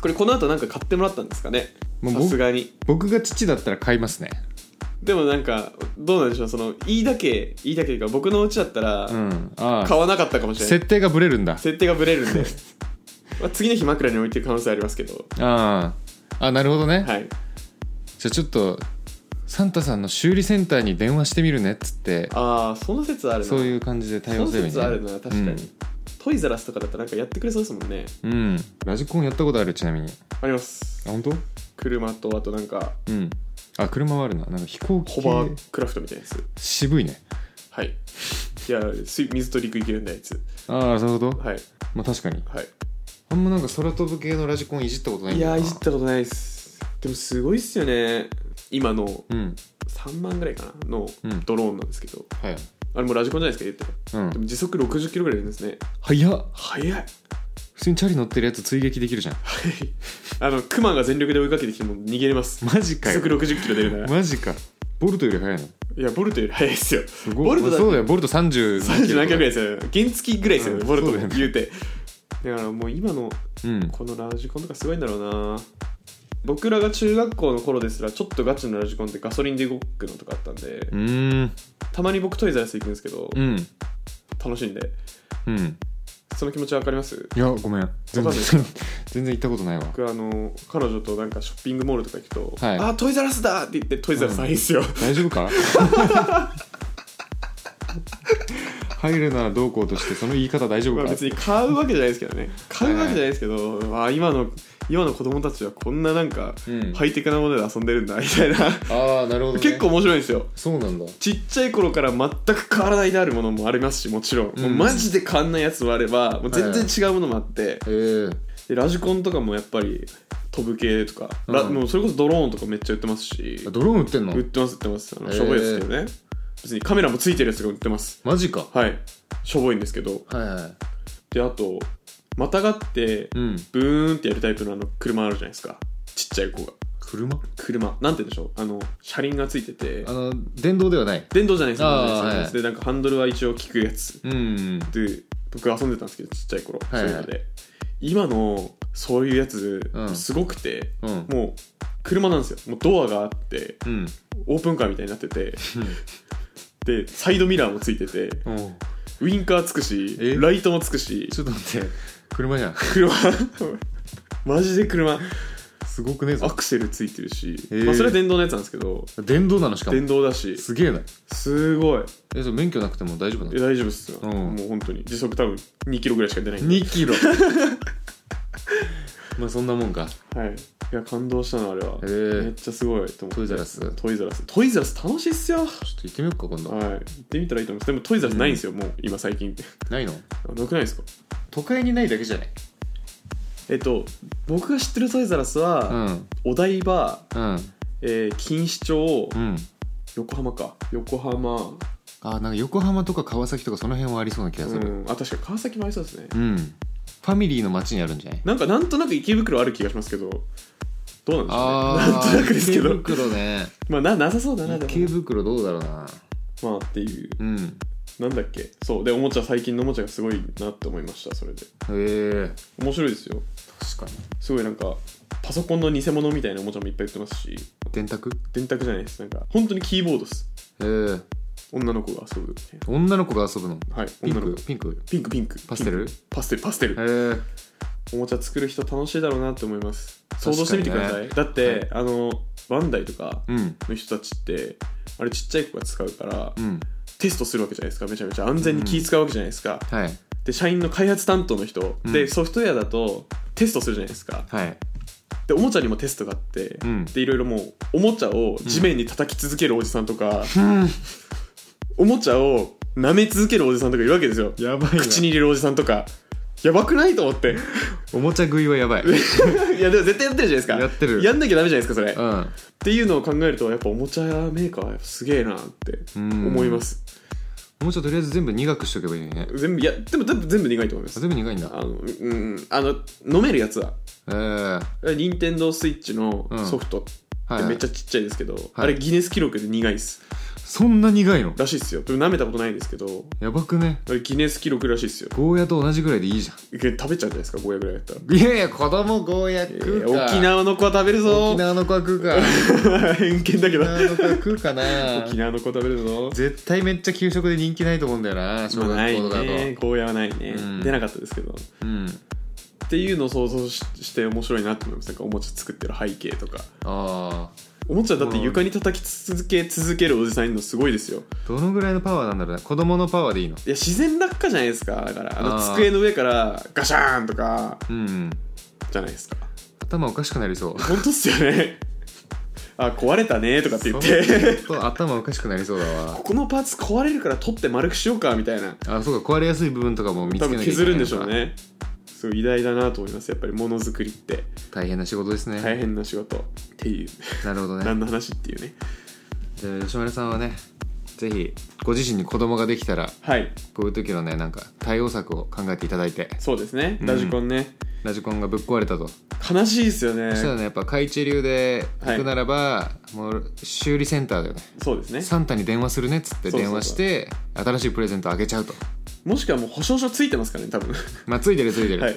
B: これこの後なんか買ってもらったんですかね
C: もう
B: さ
C: 僕
B: すがに
C: 僕が父だったら買いますね
B: でもなんかどうなんでしょうそのいいだけいいだけが僕のうちだったら
C: うんあ
B: 買
C: あ
B: わなかったかもしれない、
C: 設定がブレるんだ
B: 設定がブレ るんでまあ次の日枕に置いてる可能性ありますけど
C: あああなるほどね、
B: はい
C: じゃあちょっとサンタさんの修理センターに電話してみるねっつって
B: ああその説あるな
C: そういう感じで対
B: そ
C: 応
B: の
C: すればいい
B: 説
C: ね
B: あるな確かに、トイザラスとかだったらなんかやってくれそうですもんね
C: うん、うんラジコンやったことあるちなみに
B: あります
C: あ本当
B: 車とあとなんか
C: うんあ車はあるななんか飛行機
B: ホバークラフトみたいなやつ
C: 渋いね
B: はいいや水水と陸行けるんだあいつ
C: ああそういうこと、
B: はい
C: まあ確かに
B: はい
C: あんまなんか空飛ぶ系のラジコンいじったことないん
B: い
C: だよ
B: や
C: ない
B: じったことないですでもすごいっすよね今の
C: うん
B: 3万ぐらいかなの
C: うん
B: ドローンなんですけど、
C: はい
B: あれもうラジコンじゃないですか言ってた、
C: う
B: で
C: ん
B: も時速60キロぐらい出るんですね
C: 早っ
B: 速い
C: 普通にチャリ乗ってるやつ追撃できるじゃん
B: あのクマが全力で追いかけてきても逃げれます
C: マジか
B: 時
C: よ
B: 速60キロ出るなら
C: マジかボルトより速いの
B: いやボルトより速いですよ
C: すごい
B: ボルトだって
C: そうだよボルト30
B: 30何キロぐらい
C: い
B: ですよ原付きぐらいですよね、
C: うん
B: ボルト
C: そうだよね
B: 言うてだからもう今の
C: うん
B: このラジコンとかすごいんだろうな僕らが中学校の頃ですらちょっとガチのラジコンってガソリンで動くのとかあったんで
C: うーん
B: たまに僕トイザらス行くんですけど
C: うん
B: 楽しんで
C: うん
B: その気持ちわかります
C: いやごめん全
B: わ
C: 然
B: かんない
C: 全然行ったことないわ
B: 僕あの彼女となんかショッピングモールとか行くと「
C: はい
B: あトイザらスだ!」って言ってトイザらスないんですよ、
C: 大丈夫か 入るならどうこうとしてその言い方大丈夫
B: まあ、
C: か
B: 別に買うわけじゃないですけどね買うわけじゃないですけど、まあ、今の今の子供たちはこんななんか、
C: うん
B: ハイテクなもので遊んでるんだみたいな
C: ああなるほど、ね、
B: 結構面白いんですよ
C: そうなんだ
B: ちっちゃい頃から全く変わらないであるものもありますしもちろん、
C: うん
B: もうマジで変わんないやつもあればもう全然違うものもあって、
C: えー、
B: でラジコンとかもやっぱり飛ぶ系とか、ラ
C: うん
B: もうそれこそドローンとかめっちゃ売ってますし
C: ドローン売ってんの
B: 売ってます売ってますあの
C: へー
B: しょぼいやつですけどね、別にカメラもついてるやつが売ってます
C: マジかは
B: はいしょぼいんですけど
C: いはい
B: であとまたがって
C: うん
B: ブーンってやるタイプのあの車あるじゃないですかちっちゃい子が
C: 車
B: 車なんて言うんでしょうあの車輪がついてて
C: あの電動ではない
B: 電動じゃないです
C: あ
B: 電
C: ー
B: 動じゃないですでなんかハンドルは一応効くやつ
C: うん
B: で僕遊んでたんですけどちっちゃい頃、
C: はいは
B: そう
C: い
B: いうので今のそういうやつ、
C: うん
B: すごくて
C: うん
B: もう車なんですよもうドアがあって
C: うん
B: オープンカーみたいになって てでサイドミラーもついてて
C: うん
B: ウインカーつくし
C: え
B: ライトもつくし
C: ちょっと待って車じゃん
B: 車マジで車
C: すごくねえ
B: ア
C: ぞ
B: クセルついてるし、
C: へー
B: まあ、それは電動のやつなんですけど
C: 電動なのしかも
B: 電動だし
C: すげえな
B: すごい
C: えそれ免許なくても大丈夫な
B: え
C: の
B: 大丈夫っすよ、
C: うん
B: もう本当に時速多分2キロぐらいしか出ないんで、
C: 2キロ まあそんなもんか
B: はい、いや感動したのあれは
C: へー
B: めっちゃすごいと思って
C: トイザらス
B: トイザラストイザラス楽しいっすよはい
C: ちょっと行ってみようか今度
B: 行ってみたらいいと思いますでもトイザラスないんですよ、もう今最近って
C: ないの
B: あなくないですか
C: 都会にないだけじゃない
B: えっと僕が知ってるトイザラスは、
C: うん
B: お台場、
C: うん
B: えー、錦糸町、
C: うん
B: 横浜か横浜
C: あなんか横浜とか川崎とかその辺はありそうな気がす
B: う
C: る
B: んあ確か川崎もありそうですね、
C: うん、ファミリーの街にあるんじゃない
B: なんかなんとなく池袋ある気がしますけどどうなんでしょうねな
C: あ
B: ん
C: ー
B: となくですけ
C: 池
B: ど
C: 袋ね
B: まあななさそうだなで
C: 池
B: も
C: 袋どうだろうな
B: まあっていう
C: うん
B: なんだっけそうでおもちゃ最近のおもちゃがすごいなって思いましたそれで
C: へえ
B: 面白いですよ
C: 確かに
B: すごいなんかパソコンの偽物みたいなおもちゃもいっぱい売ってますし
C: 電卓
B: 電卓じゃないですなんか本当にキーボードっす
C: へえ
B: 女の子が遊ぶ
C: 女の子が遊ぶの
B: はい
C: ピン
B: 女の
C: ク
B: 子
C: ピンク
B: ピンクピンク
C: パステルへ
B: パステルパステル
C: え
B: おもちゃ作る人楽しいだろうなって思います
C: 確
B: 想
C: かにね
B: 像してみてください、だって、あのバンダイとか
C: うん
B: の人たちってあれちっちゃい子が使うから、
C: うん
B: テストするわけじゃないですかめちゃめちゃ安全に気使うわけじゃないですか、
C: はい
B: で社員の開発担当の人、
C: うん
B: でソフトウェアだとテストするじゃないですか
C: はい
B: でおもちゃにもテストがあって、
C: うん
B: でいろいろもうおもちゃを地面に叩き続けるおじさんとか、
C: うん
B: おもちゃを舐め続けるおじさんとかいるわけですよ
C: やばいな
B: 口に入れるおじさんとかやばくないと思 って
C: おもちゃ食いはや ばいう
B: いやでも絶対やってるじゃないですか
C: やってる
B: やんなきゃダメじゃないですかそれ、っ
C: ん
B: ていうのを考えるとやっぱおもちゃメーカーはやっぱすげえなって
C: うん
B: 思います、
C: おもちゃとりあえず全部苦くしとけばいいのにね
B: 全部いやでも多分全部苦いと思いま
C: あ
B: す
C: 全部苦いんだ
B: あのうんあの飲めるやつは
C: ええは
B: 任天堂スイッチの
C: うん
B: ソフト
C: い
B: って
C: はい
B: めっちゃちっちゃいですけど、
C: はい
B: あれギネス記録で苦いっす
C: そんな苦いの
B: らしいっすよでも舐めたことないですけど
C: やばくね
B: あれギネス記録らしいっすよ
C: ゴーヤと同じぐらいでいいじゃん
B: 食べちゃうじゃないですかゴーヤぐらいやったら、
C: いやいや子供ゴーヤ
B: え
C: 食う
B: ー
C: か、
B: 沖縄の子は食べるぞ
C: 沖縄の子は食 うか
B: 偏見だけ
C: 沖
B: ど
C: 縄の子は食うかな
B: 沖縄の子食べるぞ
C: 絶対めっちゃ給食で人気ないと思うんだよな小
B: まあ
C: 学
B: ない
C: 校とかだと、
B: ねゴーヤはないね、
C: うん
B: 出なかったですけどっ
C: うん
B: ていうのを想像しして面白いなと思いますなんかおもちゃ作ってる背景とか
C: ああ
B: おもちゃだって床に叩き続け続けるおじさんいるのすごいですよ
C: どのぐらいのパワーなんだろうね子供のパワーでいいの
B: いや自然落下じゃないですかだからあの
C: あー
B: 机の上からガシャーンとか
C: うん
B: じゃないですか
C: 頭おかしくなりそう
B: 本当っすよねあ壊れたねとかって言っ
C: そんな
B: て
C: ちょっと頭おかしくなりそうだ わ
B: ここのパーツ壊れるから取って丸くしようかみたいな
C: あそうか壊れやすい部分とかも見つ
B: 多
C: けな
B: 分
C: きゃいけない
B: 削るんでしょうねすごい偉大だなと思いますやっぱりものづくりって
C: 大変な仕事ですね、
B: 大変な仕事っていう
C: なるほどね
B: 何の話っていうね
C: じゃあ吉村さんはねぜひご自身に子供ができたら
B: はい
C: こういう時のねなんか対応策を考えていただいて
B: そうですねラジコンね、
C: ラジコンがぶっ壊れたと
B: 悲しいですよね
C: そしたらねやっぱ海一流で行くならば、もう修理センターだよね
B: そうですね
C: サンタに電話するねっつって
B: そうそうそう
C: 電話して新しいプレゼントあげちゃうと
B: もしくはもう保証書ついてますからね多分は
C: まあついてるついてる、
B: い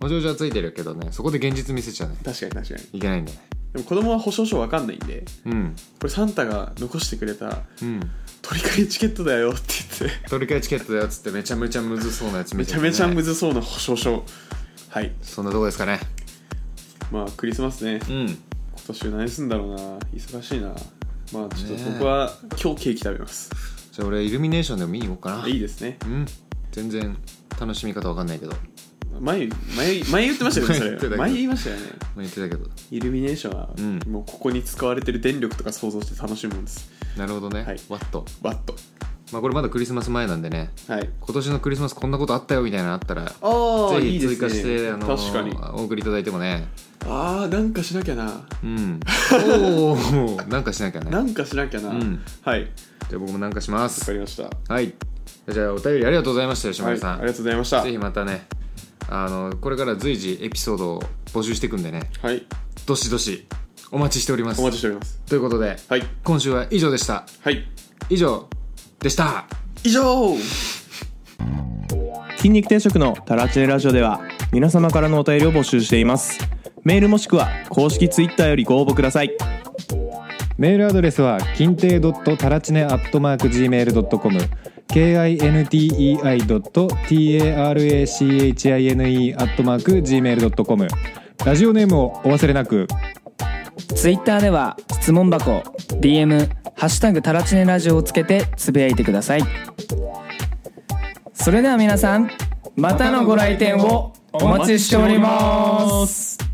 C: お嬢ちゃんはついてるけどねそこで現実見せちゃね
B: 確かに確かに
C: いけないんだね
B: でも子供は保証書わかんないんで
C: うん
B: これサンタが残してくれた
C: うん
B: 取り替えチケットだよって言 って
C: 取り替えチケットだよっつってめちゃめちゃむずそうなやつ
B: め
C: 見て
B: ち
C: て
B: ゃ
C: ね
B: めちゃむずそうな保証書はい
C: そんなとこですかね
B: まあクリスマスね
C: うん
B: 今年何すんだろうな忙しいなまあちょっ
C: ね
B: と
C: え
B: 僕は今日ケーキ食べます
C: じじゃあ俺イルミネーションでも見に行こうかない
B: いですね
C: うん全然楽しみ方わかんないけど
B: 前前前言ってましたよねそ
C: 前言ってたけ
B: れ
C: ど
B: 前言いましたよね
C: 言ってたけど
B: イルミネーションは、
C: うん
B: もうここに使われてる電力とか想像して楽しむんです
C: なるほどね、
B: はい
C: ワット
B: バッと
C: まあこれまだクリスマス前なんでね
B: はい
C: 今年のクリスマスこんなことあったよみたいなのあったら
B: あ
C: ぜ
B: あいい
C: ひ
B: です
C: 追
B: ね
C: 加して、あの
B: 確かに
C: お送りいただいてもね
B: ああなんかしなきゃな
C: うん おー なんかしなきゃね
B: なんかしなきゃな、
C: うん
B: はいわ
C: じゃあ僕もなんかします
B: かりました
C: はいじゃあお便りありがとうございました吉
B: は
C: 村
B: い、
C: さ
B: あ
C: ん、
B: りがとうございました
C: ぜひまたねあのこれから随時エピソードを募集していくんでね
B: はい
C: どしどしお待ちしております
B: お待ちしております
C: ということで
B: はい
C: 今週は以上でした
B: はい
C: 以上でした
B: 以上
E: 筋肉定食のタラチネラジオでは皆様からのお便りを募集していますメールもしくは公式ツイッターよりご応募ください
F: メールアドレスは金亭ドットタラチネアットマーク gmail.com kintei ドット tarachine アットマーク gmail.com ラジオネームをお忘れなく
G: ツイッターでは質問箱 DM「ハッシュタグタラチネラジオ」をつけてつぶやいてくださいそれでは皆さんまたのご来店をお待ちしております